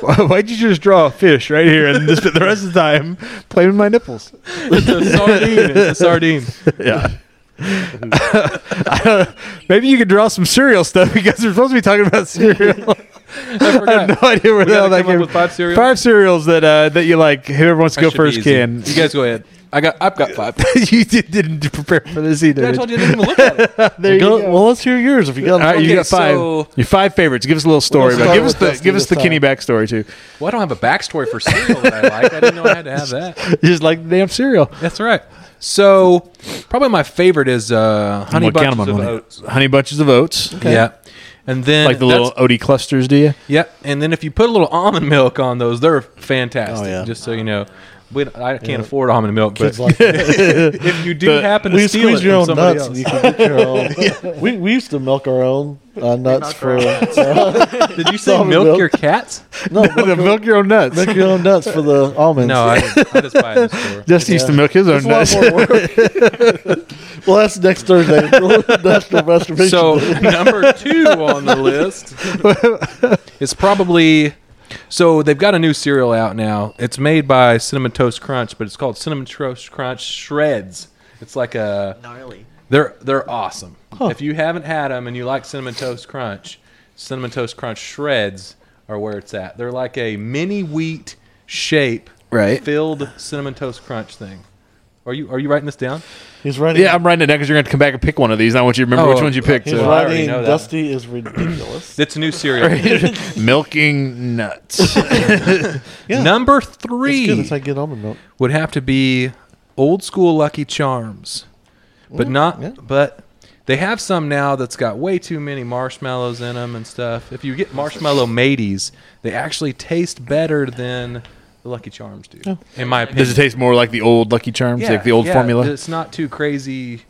A: Why'd you just draw a fish right here and just spend the rest of the time playing with my nipples?
C: It's a sardine. It's a sardine.
A: Yeah. I don't- Maybe you could draw some cereal stuff because we're supposed to be talking about cereal.
C: I
A: I have
C: forgot.
A: no idea where
C: We
A: the hell that
C: gotta come up
A: came.
C: with five cereals.
A: Five cereals that uh, that you like. Whoever wants to
C: That
A: go
C: should be
A: first
C: easy.
A: can.
C: You guys go ahead. I got. I've got five.
A: you did, didn't prepare for this either.
C: I told you I didn't even look at it.
A: There you
B: Go-
A: go.
B: Well, let's hear yours if you got.
A: All right, you
C: Okay,
A: got five.
C: so-
A: Your five favorites. Give us a little story.
B: We'll
A: About, give
B: start
A: us
B: with
A: the
B: Dusty
A: give us the
B: this
A: Kenny
B: time.
A: backstory too.
C: Well, I don't have a backstory for cereal that I like. I didn't know I had to have that.
A: Just like the damn cereal.
C: That's right. So probably my favorite is uh, honey
A: I'm gonna count
C: bunches of
A: 'em on one.
C: oats.
A: Honey bunches of oats.
C: Yeah, and then
A: Like the
C: that's-
A: little Odie clusters, do you?
C: Yeah, and then if you put a little almond milk on those, they're fantastic.
B: Oh, yeah.
C: Just so you know, we, I can't afford almond milk, but
B: Kids like
C: if you do
A: The-
C: happen to
B: we
C: steal
B: squeeze
C: it
B: your
C: from
B: own
C: somebody
B: nuts.
C: else,
B: And you can get your own. we, we used to milk our own. uh, nuts
D: Knock
B: for
D: her
C: Did you say
B: Solid
C: milk,
B: milk.
C: your cats?
B: no
A: The milk your own nuts.
B: milk your own nuts for the almonds.
C: No, I, I just buy it in the store.
A: Just used to milk his own
B: It's a lot
A: nuts.
B: more work. well, that's next Thursday. National masturbation.
C: So
B: Day.
C: number two on the list is probably. So they've got a new cereal out now. It's made by Cinnamon Toast Crunch, but it's called Cinnamon Toast Crunch Shreds. It's like a
D: Gnarly.
C: they're they're awesome. If you haven't had them and you like Cinnamon Toast Crunch, Cinnamon Toast Crunch Shreds are where it's at. They're like a mini wheat shape
E: Right.
C: filled Cinnamon Toast Crunch thing. Are you are you writing this down?
B: he's writing.
A: yeah, I'm writing it down because you're going to come back and pick one of these. and I want you to remember
C: Oh,
A: which ones you picked.
B: he's
C: so-
A: so.
C: I already
B: writing.
C: know that.
B: Dusty is ridiculous.
C: It's a new cereal.
A: Milking nuts.
B: Yeah.
C: Number
B: It's
C: three.
B: good. It's like good almond milk.
C: would have to be old school Lucky Charms, but not.
B: Mm-hmm. yeah.
C: But they have some now that's got way too many marshmallows in them and stuff. If you get marshmallow mateys, they actually taste better than the Lucky Charms do,
B: Oh.
C: in my opinion.
A: Does it taste more like the old Lucky Charms, like the old
C: yeah,
A: formula?
C: It's not too crazy,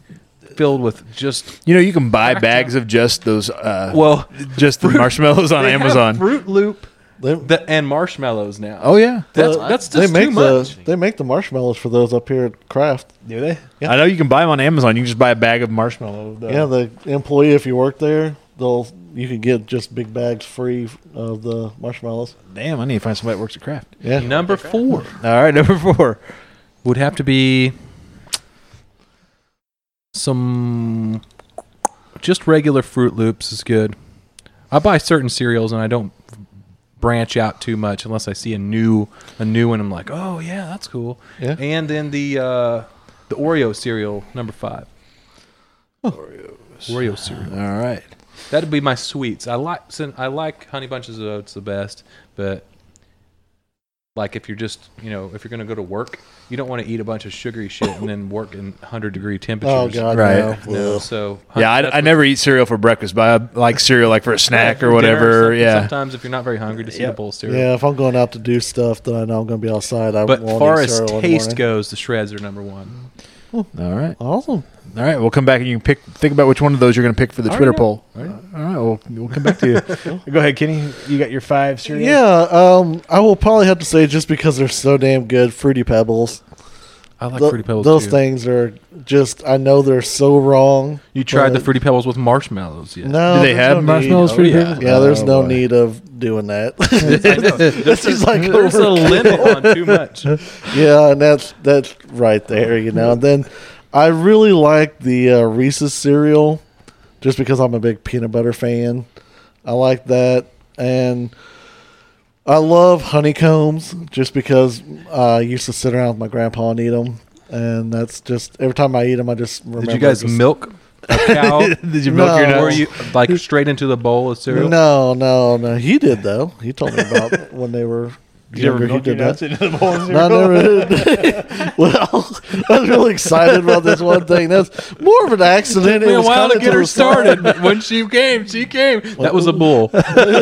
C: filled with just
A: You know, you can buy bags of just those. Uh,
C: well
A: just the marshmallows on
C: they have
A: Amazon.
C: Fruit Loop
B: They,
C: that, and marshmallows now.
A: Oh yeah,
C: that's
B: uh,
C: that's
B: they
C: just
B: make
C: too
B: the
C: much.
B: they make the marshmallows for those up here at Kraft.
A: do they? I know you can buy them on Amazon. You can just buy a bag of marshmallows.
B: Yeah, the employee if you work there, they'll you can get just big bags free of the marshmallows.
A: Damn, I need to find somebody that works at Kraft.
B: Yeah,
C: Number four.
A: All right, number four.
C: would have to be some just regular fruit loops is good i buy certain cereals and i don't branch out too much unless i see a new a new one i'm like oh yeah that's cool
B: Yeah.
C: and then the uh the oreo cereal number five Oreos. Oreo cereal.
A: All right.
C: That'd be my sweets. I like sin- I like honey bunches of oats the best, but like if you're just you know if you're gonna go to work, you don't want to eat a bunch of sugary shit and then work in 100 degree temperatures.
B: Oh god,
A: Right.
B: no.
C: No,
B: Ugh.
C: so
A: Yeah, I, I never eat cereal for breakfast, but I like cereal like for a snack or
C: for dinner
A: whatever.
C: something-
A: yeah.
C: Sometimes if you're not very hungry, just eat a bowl of cereal.
B: Yeah, if I'm going out to do stuff, then I know I'm going to be outside. I
C: But
B: won't
C: far
B: eat
C: as
B: cereal in the
C: taste
B: morning.
C: goes, the shreds are number one.
A: All right.
B: awesome.
A: All right. We'll come back and you can pick. Think about which one of those you're going to pick for the
C: All
A: Twitter
C: right.
A: poll. All right. All right. We'll, we'll come back to you. Go ahead, Kenny. You got your five cereals.
B: Yeah, um, I will probably have to say just because they're so damn good, Fruity Pebbles.
C: I like
B: Tho-
C: fruity pebbles.
B: those
C: too.
B: things are just. I know they're so wrong.
C: You tried the
B: but-
C: fruity pebbles with marshmallows? Yet.
B: No,
A: Do they
B: there's
A: have
B: no need.
A: marshmallows
C: Oh,
A: for you?
C: yeah.
B: Yeah, there's
A: Oh,
B: no
A: boy.
B: need of doing that.
C: this
B: is like
C: there's a limit on too much.
B: yeah, and that's that's right there, you know. And then I really like the uh, Reese's cereal, just because I'm a big peanut butter fan. I like that, and I love honeycombs, just because I used to sit around with my grandpa and eat them. And that's just every time I eat them, I just remember.
C: Did you guys
B: just-
C: milk a cow?
A: Did you milk your
B: No.
C: Were
A: nuts?
C: you like straight into the bowl of cereal?
B: No, no, no. He did though. He told me about when they were.
A: Did you ever
B: younger, he
A: milk your
B: did that.
A: nuts into the bowl of
B: No, I
A: cereal?
B: never. well, I was really excited about this one thing. That's more of an accident.
C: Took me a
B: was
C: while to
B: kinda
C: get her
B: the side.
C: started, but when she came, she came. That was a bull.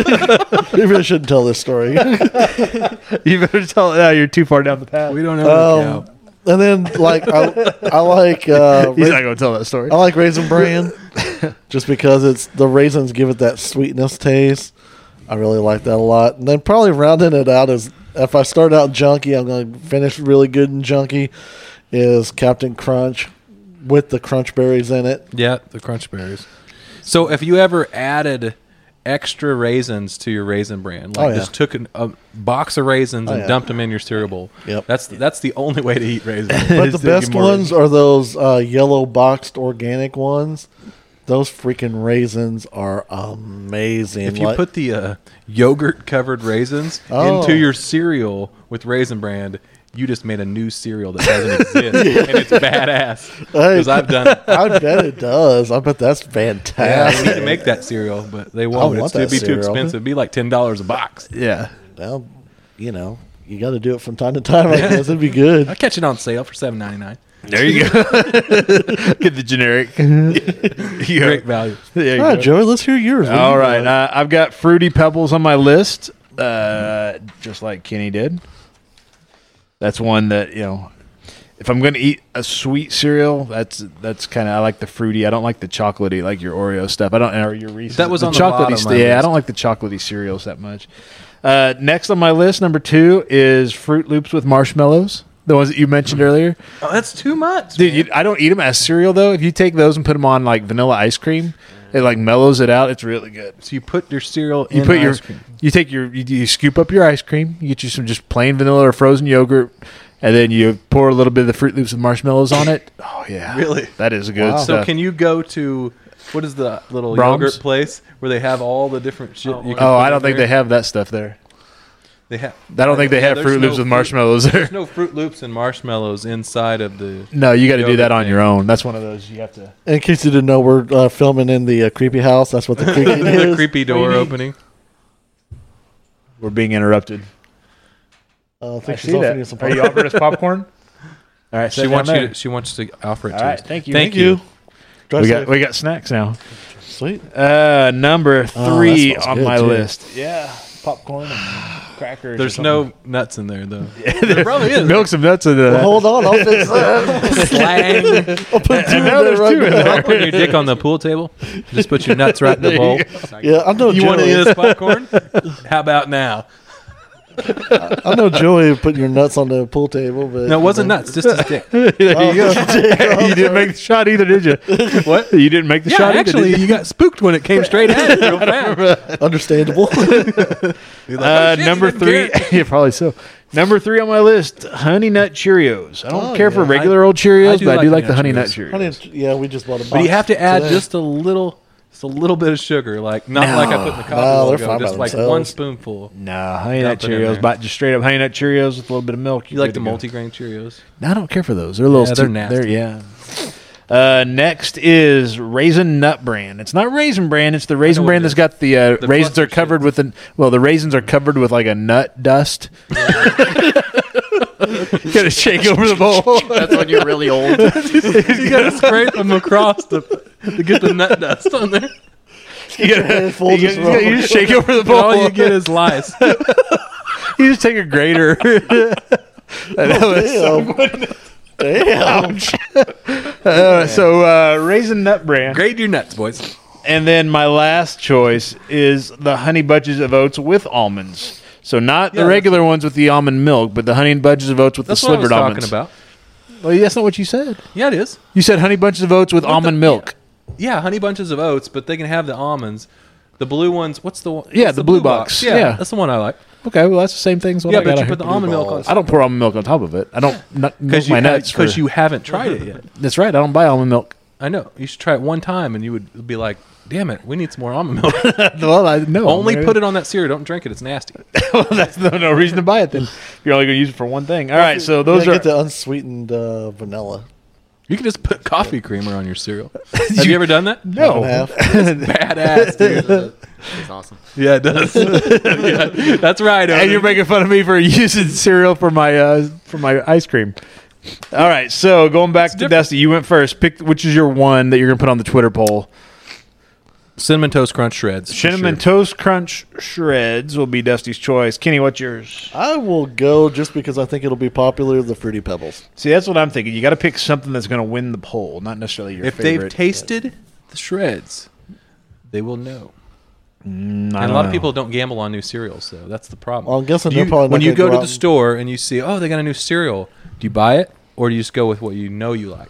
B: Maybe I shouldn't tell this story. um,
A: You better tell. No, you're too far down the path.
C: We don't know.
B: and then, like, I, I like uh, Oh.
A: He's
B: rais-
A: not going to tell that story.
B: I like raisin bran, just because it's the raisins give it that sweetness taste. I really like that a lot. And then probably rounding it out is if I start out junky, I'm going to finish really good and junky. Is Captain Crunch with the crunch berries in it?
C: yeah, the crunch berries. So if you ever added extra raisins to your raisin bran, like
B: Oh, yeah.
C: just took an, a box of raisins
B: Oh,
C: and
B: yeah.
C: dumped them in your cereal bowl.
B: Yep.
C: That's that's the only way to eat raisins.
B: But the best ones are those uh, yellow boxed organic ones. Those freaking raisins are amazing.
C: if you
B: Like-
C: put the uh, yogurt covered raisins
B: Oh.
C: into your cereal with raisin brand, you just made a new cereal that doesn't exist, and it's badass. Because I've done it.
B: I bet it does. I bet that's
C: Yeah, we
B: fantastic.
C: need to make that cereal, but they won't.
B: want
C: It's,
B: that
C: it'd be too
B: cereal.
C: expensive. It'd be like ten dollars a box.
A: Yeah.
B: well, you know, you got to do it from time to time. I guess it'd be good.
C: I catch it on sale for seven ninety nine.
A: There you go. Get the generic. Yeah.
C: Great value.
A: There you
B: All right,
A: go.
B: Joey, let's hear yours. What do
A: All
B: you
A: right,
B: got?
A: uh, I've got fruity pebbles on my list, uh, just like Kenny did. That's one that you know if I'm gonna eat a sweet cereal, that's that's kind of I like the fruity. I don't like the chocolatey, like your Oreo stuff. I don't or your Reese's.
C: That was on the
A: chocolatey
C: bottom of
A: st-
C: my
A: Yeah, I
C: list.
A: don't like the chocolatey cereals that much. Uh, next on my list, number two is Fruit Loops with marshmallows. The ones that you mentioned earlier,
C: Oh, that's too much.
A: dude. You, I don't eat them as cereal though. If you take those and put them on like vanilla ice cream, it like mellows it out. It's really good.
C: so you put your cereal
A: You
C: in
A: put your,
C: ice cream.
A: you take your, you, you scoop up your ice cream. You get you some just plain vanilla or frozen yogurt, and then you pour a little bit of the Fruit Loops and marshmallows on it. Oh yeah,
C: Really?
A: That is good
B: Wow.
A: stuff.
C: So can you go to what is the little
A: Brahms?
C: yogurt place where they have all the different shit? you can
A: oh,
C: put
A: I
C: in
A: don't think
C: there?
A: they have that stuff there.
C: They have.
A: I don't think they
C: Yeah,
A: have
C: there's
A: Fruit
C: no
A: Loops with
C: Fruit-
A: marshmallows there.
C: There's no Fruit Loops and marshmallows inside of the.
A: No, you got to do
C: Yogurt
A: that on
C: thing.
A: your own. That's one of those you have to.
B: In case you didn't know, we're uh, filming in the uh, creepy house. That's what the creepy
C: the
B: is.
C: creepy door opening.
A: We're being interrupted.
B: I don't think she's uh, offering you some
A: Are you
B: popcorn.
A: offering us popcorn? All right,
C: She wants you. To, she wants to offer it
A: All
C: to
A: right,
C: us.
A: thank you.
C: Thank,
A: Thank
C: you.
B: Drive
A: we
B: safe.
A: got we got snacks now.
B: Sweet.
A: Uh, number
B: that
A: three
B: smells
A: on
B: good,
A: my
B: too.
A: list. Yeah, popcorn and crackers. or
C: There's
A: something.
C: no nuts in there though. there probably is.
A: Milk some nuts in
B: Well,
A: there.
B: hold on, I'll fix that.
C: Slang.
B: I'll put two in
A: now
B: there
A: there's
B: right
A: two in
B: now.
A: there.
C: Don't put your dick on the pool table. Just put your nuts right in the bowl.
B: Yeah, I know.
C: You want to
B: Joey-
C: eat this popcorn? How about now?
B: I know Joey putting your nuts on the pool table, but
C: No, it wasn't nuts. Just his dick.
A: there you go. you didn't make the shot either, did you? What? You didn't make the
C: Yeah,
A: shot
C: actually,
A: either.
C: you got spooked when it came straight at you real fast.
B: understandable.
A: Did you? Uh,
C: shit,
A: number
C: you didn't
A: three. yeah, probably so. Number three on my list: Honey Nut Cheerios. I don't
B: Oh,
A: care for
B: yeah.
A: regular
C: I-
A: old Cheerios,
C: I do
A: but I do
C: like
A: like the Honey
C: Honey
A: Nut
C: Nut
A: Cheerios.
B: Honey, yeah, we just bought a box.
C: But you have to add
B: today.
C: just a little, just a little bit of sugar, like not like I put in the coffee.
B: No,
C: a while
B: they're
C: ago,
B: fine by
C: Just like
B: themselves.
C: one spoonful.
A: No, Honey Nut
C: Dump it in
A: Cheerios,
C: there.
A: but just straight up Honey Nut Cheerios with a little bit of milk.
C: You
A: you're
C: like the
A: good to go.
C: multigrain Cheerios?
A: I don't care for those. They're a little.
C: Yeah, they're
A: too-
C: nasty.
A: yeah. Uh, next is Raisin Nut Brand. It's not Raisin Brand. It's the Raisin
C: what
A: Brand
C: it
A: that's
C: is.
A: got the, uh,
C: The
A: raisins are
C: cluster
A: covered with an well, the raisins are covered with like a nut dust. Gotta shake over the bowl.
D: That's when you're really old.
C: you gotta scrape them across to, to get the nut dust on there.
A: You gotta,
B: handful
A: you,
B: just
A: gotta-
B: roll.
A: you just shake over the
C: But
A: bowl.
C: all you get is lice.
A: You just take a grater.
C: Oh,
A: Uh, That was so
B: Damn. Damn.
A: Uh, so uh, raisin nut brand,
C: Grade your nuts, boys.
A: and then my last choice is the honey bunches of oats with almonds. So not
C: Yeah,
A: the
C: that's-
A: regular ones with the almond milk, but the honey bunches of oats with
C: That's
A: the
C: what I
A: slivered
C: was talking
A: almonds.
C: about.
A: Well, that's not what you said.
C: Yeah, it is.
A: You said honey bunches of oats with almond milk.
C: Yeah, honey bunches of oats, but they can have the almonds. The blue ones. What's the one?
A: Yeah,
C: what's
A: the blue box.
C: Yeah,
A: Yeah.
C: that's the one I like.
A: Okay, well that's the same thing as what
C: yeah,
A: I got
C: but you
A: out
C: put the
A: here.
C: almond milk on
A: I don't pour almond milk on top of it. I don't not milk
C: because you
A: my
C: ha-
A: nuts for-
C: 'cause you haven't tried it yet.
A: That's right. I don't buy almond milk.
C: I know. You should try it one time, and you would be like, "Damn it, we need some more almond milk."
A: well, I no.
C: Only put it on that cereal. Don't drink it. It's nasty.
A: that's no, no reason to buy it. Then you're only going to use it for one thing. All right. So those
B: yeah,
A: are
B: get the unsweetened uh, vanilla.
C: You can just put coffee creamer on your cereal. Have you ever done that?
A: no.
B: Half.
C: Badass, dude.
D: It's awesome.
C: yeah, it does. Yeah, that's right.
A: and you're
C: Odin.
A: making fun of me for using cereal for my uh, for my ice cream. All right, so going back to
C: different.
A: Dusty, you went first. Pick which is your one that you're gonna put on the Twitter poll.
C: cinnamon toast crunch shreds. for
A: Cinnamon
C: sure.
A: toast crunch shreds will be Dusty's choice. Kenny, what's yours?
B: I will go just because I think it'll be popular. The fruity pebbles.
A: See, that's what I'm thinking. You got to pick something that's gonna win the poll, not necessarily your
C: If
A: favorite.
C: they've tasted the shreds, they will know.
A: Mm, I
C: And a
A: don't
C: lot of
A: know.
C: people don't gamble on new cereals, though. That's the problem.
B: Well, I'm guessing
C: Do
B: they're
C: you-
B: probably not
C: when you
B: gonna
C: go
B: go
C: to
B: out
C: the
B: and-
C: store and you see, oh, they got a new cereal. Do you buy it or do you just go with what you know you like?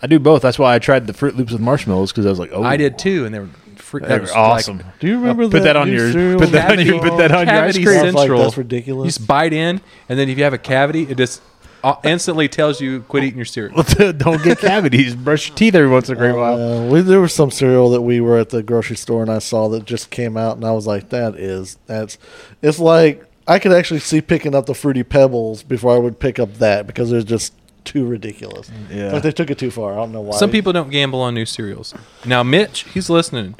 A: I do both. That's why I tried the Fruit Loops with marshmallows because I was like, oh,
C: I did too, and they were free-
A: That was awesome. Uh,
B: Do you remember
A: put that on
B: new
A: your
B: cereal
A: put that on
C: Cavity-
A: your put that on your ice
C: Cavity
A: cream.
B: I was like,
C: Central.
B: that's
C: You
B: ridiculous.
C: just bite in, and then if you have a cavity, it just uh, instantly tells you quit eating your cereal.
A: don't get cavities. Brush your teeth every once in a great
C: Oh,
A: while.
B: Uh, we, there was some cereal that we were at the grocery store and I saw that just came out, and I was like, "That is that's." It's like I could actually see picking up the fruity pebbles before I would pick up that because they're just too ridiculous.
A: Yeah.
B: like they took it too far. I don't know why.
C: Some people don't gamble on new cereals. Now Mitch, he's listening.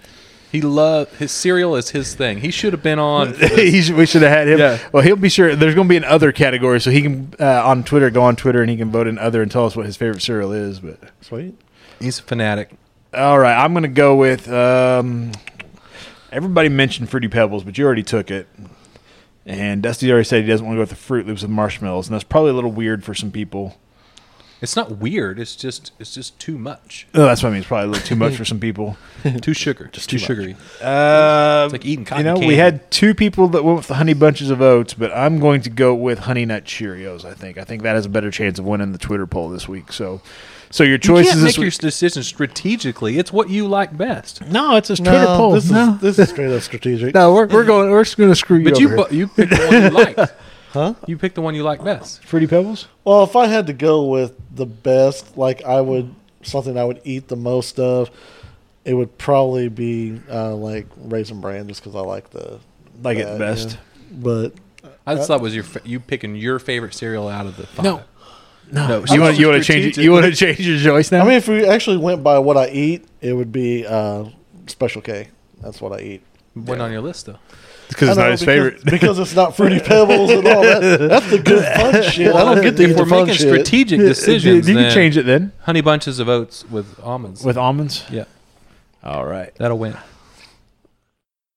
C: He love his cereal is his thing. He should have been on.
A: He should- we should have had him.
C: Yeah.
A: Well, he'll be sure. There's going to be an other category, so he can uh, on Twitter go on Twitter and he can vote in other and tell us what his favorite cereal is. But
B: Sweet.
C: He's a fanatic.
A: all right, I'm going to go with. Um, everybody mentioned Fruity Pebbles, but you already took it. And Dusty already said he doesn't want to go with the Fruit Loops with marshmallows, and that's probably a little weird for some people.
C: It's not weird. It's just it's just too much.
A: Oh, that's what I mean. It's probably a little too much for some people.
C: Too sugar. Just too,
A: too much.
C: sugary.
A: Uh,
C: like eating
A: You
C: cotton
A: know, we
C: candy.
A: had two people that went with the honey bunches of oats, but I'm going to go with honey nut Cheerios. I think. I think that has a better chance of winning the Twitter poll this week. So, so your
C: You
A: choices
C: can't
A: this
C: make your
A: week.
C: decisions strategically. It's what you like best.
A: no, it's a Twitter
B: no,
A: poll.
B: This
A: no.
B: is this is straight up strategic.
A: no, we're, we're going. We're just going to screw you.
C: But you
A: over
C: bu-
A: here.
C: you picked the one you liked.
B: Huh?
C: You picked the one you like best.
A: Fruity Pebbles.
B: Well, if I had to go with the best, like I would something I would eat the most of, it would probably be uh, like raisin bran, just because I like the
A: Like it
B: that,
A: best.
B: yeah. But
C: I just thought it was your fa- you picking your favorite cereal out of the five.
A: No. No,
C: No,
A: Oh, you want you want to change you want to change your choice now.
B: I mean, if we actually went by what I eat, it would be uh, Special K. That's what I eat.
C: Went on your list though.
A: because it's
B: I
A: not
B: know,
A: his
B: because-
A: favorite.
B: because it's not fruity pebbles and all that. That's the good fun shit. I don't get to eat
C: if
B: the
C: we're
B: fun
C: making
B: shit.
C: strategic decisions,
A: you
C: then
A: can change it then
C: honey bunches of oats with almonds.
A: with almonds.
C: yeah,
A: All right,
C: that'll win.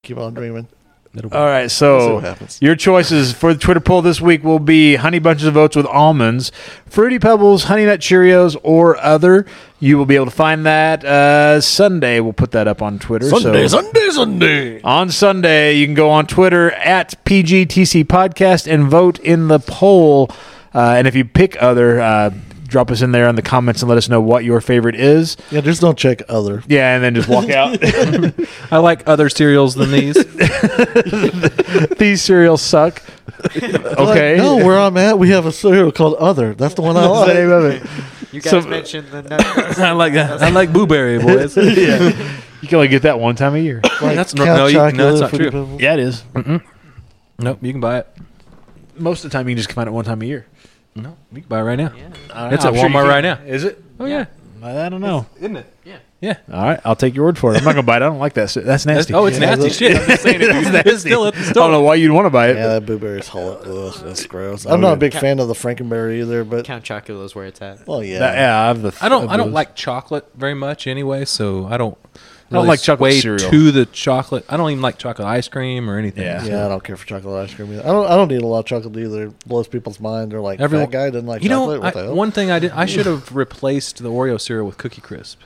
B: Keep on dreaming.
C: That'll win.
A: all right.
B: We'll see what
A: So
B: happens.
A: your choices for the Twitter poll this week will be honey bunches of oats with almonds, fruity pebbles, honey nut Cheerios, or other. You will be able to find that uh, Sunday. We'll put that up on Twitter. so
E: Sunday, Sunday.
A: On Sunday, you can go on Twitter at PGTC Podcast and vote in the poll. Uh, and if you pick other, uh, drop us in there in the comments and let us know what your favorite is.
B: Yeah, just don't check other.
A: Yeah, and then just walk out.
C: I like other cereals than these.
A: These cereals suck. Okay.
B: Like, no, where I'm at, we have a cereal called Other. That's the one I
A: That's the
B: like.
A: name of it.
D: You guys
A: So-
D: mentioned the nuts.
C: I like that. I like blueberry boys.
A: You can only get that one time a year.
B: Like
C: That's
B: couch
C: not- no, you- no,
B: chocolate,
C: that's not
B: Fruity
C: true.
B: Pebbles.
A: Yeah, it is.
C: Nope, you can buy it.
A: Most of the time, you can just find it one time a year.
C: No, you can buy it right now.
D: Yeah.
C: It's at Walmart right now.
A: Is it?
C: Oh yeah,
A: I don't know.
C: isn't it?
D: Yeah.
C: Yeah.
A: All right, I'll take your word for it. I'm not gonna buy it. I don't like that. shit. That's
C: That's,
A: nasty.
C: oh, it's
B: Yeah,
C: nasty
B: look-
C: shit. I'm just saying, if you- it's still at the
A: I don't know
C: store.
A: why you'd want to buy it.
B: Yeah, that blueberry's whole. Ugh, that's gross. I'm not a big
D: Count-
B: fan of the Frankenberry either, but
D: Count Chocula is where it's at.
B: well, yeah.
A: That- yeah, I have the.
C: I don't.
A: have
C: I don't
A: those.
C: like chocolate very much anyway, so I don't.
A: I don't
C: really
A: like chocolate
C: sway
A: cereal.
C: to the chocolate. I don't even like chocolate ice cream or anything.
A: Yeah.
B: Yeah, I don't care for chocolate ice cream either. I don't. I don't eat a lot of chocolate either. Blows people's mind. They're like,
C: Everyone-
B: that guy didn't like
C: you
B: chocolate.
C: know,
B: what
C: I-
B: the hell?
C: one thing I did. I should have replaced the Oreo cereal with Cookie Crisp.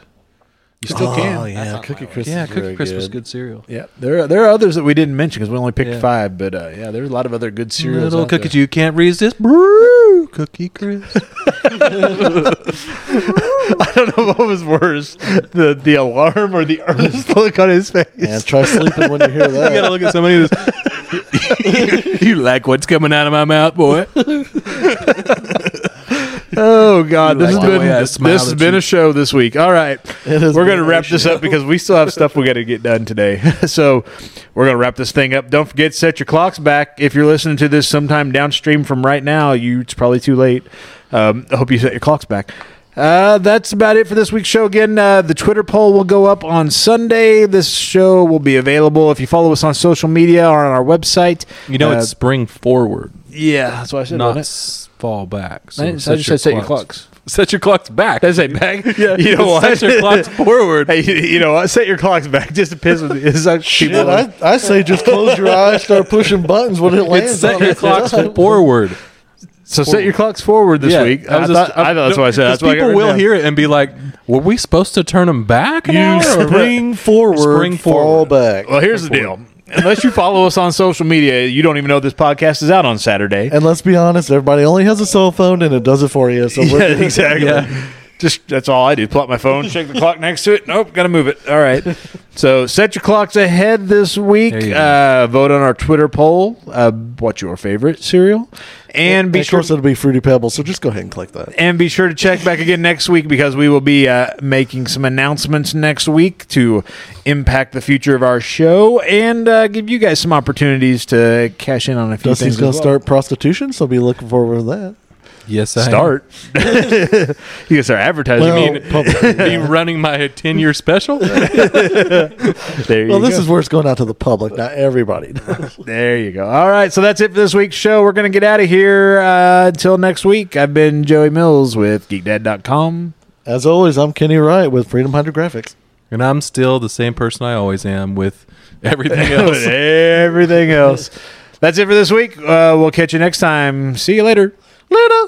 C: You still
B: oh
C: can.
B: yeah,
D: not
B: Cookie
D: my
B: Crisp.
C: yeah,
B: is
C: Cookie
B: very
C: Crisp was
B: good.
C: good cereal.
A: Yeah, there are, there are others that we didn't mention because we only picked
C: Yeah.
A: five, but uh, yeah, there's a lot of other good cereals.
C: Little
A: out there.
C: cookie, you can't resist. Brew, cookie Crisp.
A: I don't know what was worse, the the alarm or the earnest look on his face.
B: And try sleeping when you hear
C: you gotta
B: that.
C: look at somebody who's you like what's coming out of my mouth, boy.
A: Oh God,
C: You
A: this has
C: like the
A: been
C: way I
A: this
C: smiled
A: has
C: at
A: been
C: you.
A: a show this week. All right,
B: It has
A: we're
B: been
A: gonna
B: a
A: wrap this up because we still have stuff we got to get done today. so we're gonna wrap this thing up. Don't forget, set your clocks back. If you're listening to this sometime downstream from right now, you it's probably too late. Um, I hope you set your clocks back. Uh, that's about it for this week's show. Again, uh, the Twitter poll will go up on Sunday. This show will be available if you follow us on social media or on our website.
C: You know
A: Uh,
C: it's spring forward,
A: yeah, that's what I said.
C: not
A: wasn't it?
C: s- fall back. So
A: I, didn't- I just said set your clocks.
C: Set your clocks back.
A: Did I say back? Yeah, you know what?
C: set your clocks forward.
A: Hey, you- you know, what? set your clocks back just to piss with it's like
B: Shit,
A: people.
B: I, I say just close your eyes, start pushing buttons when it lands.
C: set
B: on
C: your
B: it.
C: clocks forward.
A: so set your clocks forward this
C: Yeah,
A: week.
C: I
A: I,
C: was
A: thought,
C: just-
A: I thought that's what I said.
C: 'cause
A: That's why I got
C: people
A: written
C: will
A: down.
C: hear it and be like, "Were we supposed to turn them back?" an
B: You
C: hour or what?"
B: spring forward,
C: Spring
B: fall
C: forward.
B: back.
A: Well, here's the deal. Unless you follow us on social media, you don't even know this podcast is out on Saturday.
B: And let's be honest, everybody only has a cell phone, and it does it for you. So
A: yeah,
B: we're
A: exactly. Just that's all I do. Plop my phone, shake the clock next to it. Nope, gotta move it. All right. So set your clocks ahead this week.
C: There you go.
A: Uh, vote on our Twitter poll. Uh, what's your favorite cereal? And be
B: of
A: sure
B: course it'll be fruity pebbles. So just go ahead and click that.
A: and be sure to check back again next week because we will be uh, making some announcements next week to impact the future of our show and uh, give you guys some opportunities to cash in on a few
B: Dusty's
A: things.
B: going
A: as
B: to
A: well.
B: start prostitution, so be looking forward to that.
C: Yes, I am.
A: Start. you can start advertising.
B: Well,
A: You mean-
B: publicly,
C: Be
B: yeah.
C: running my ten-year special.
A: there you
B: well, this
A: go.
B: is where it's going out to the public, not everybody.
A: there you go. All right, so that's it for this week's show. We're going to get out of here. Uh, until next week, I've been Joey Mills with GeekDad.com.
B: As always, I'm Kenny Wright with Freedom Hydrographics.
C: And I'm still the same person I always am with everything
A: With
C: else.
A: everything else. That's it for this week. Uh, we'll catch you next time. See you later. Later.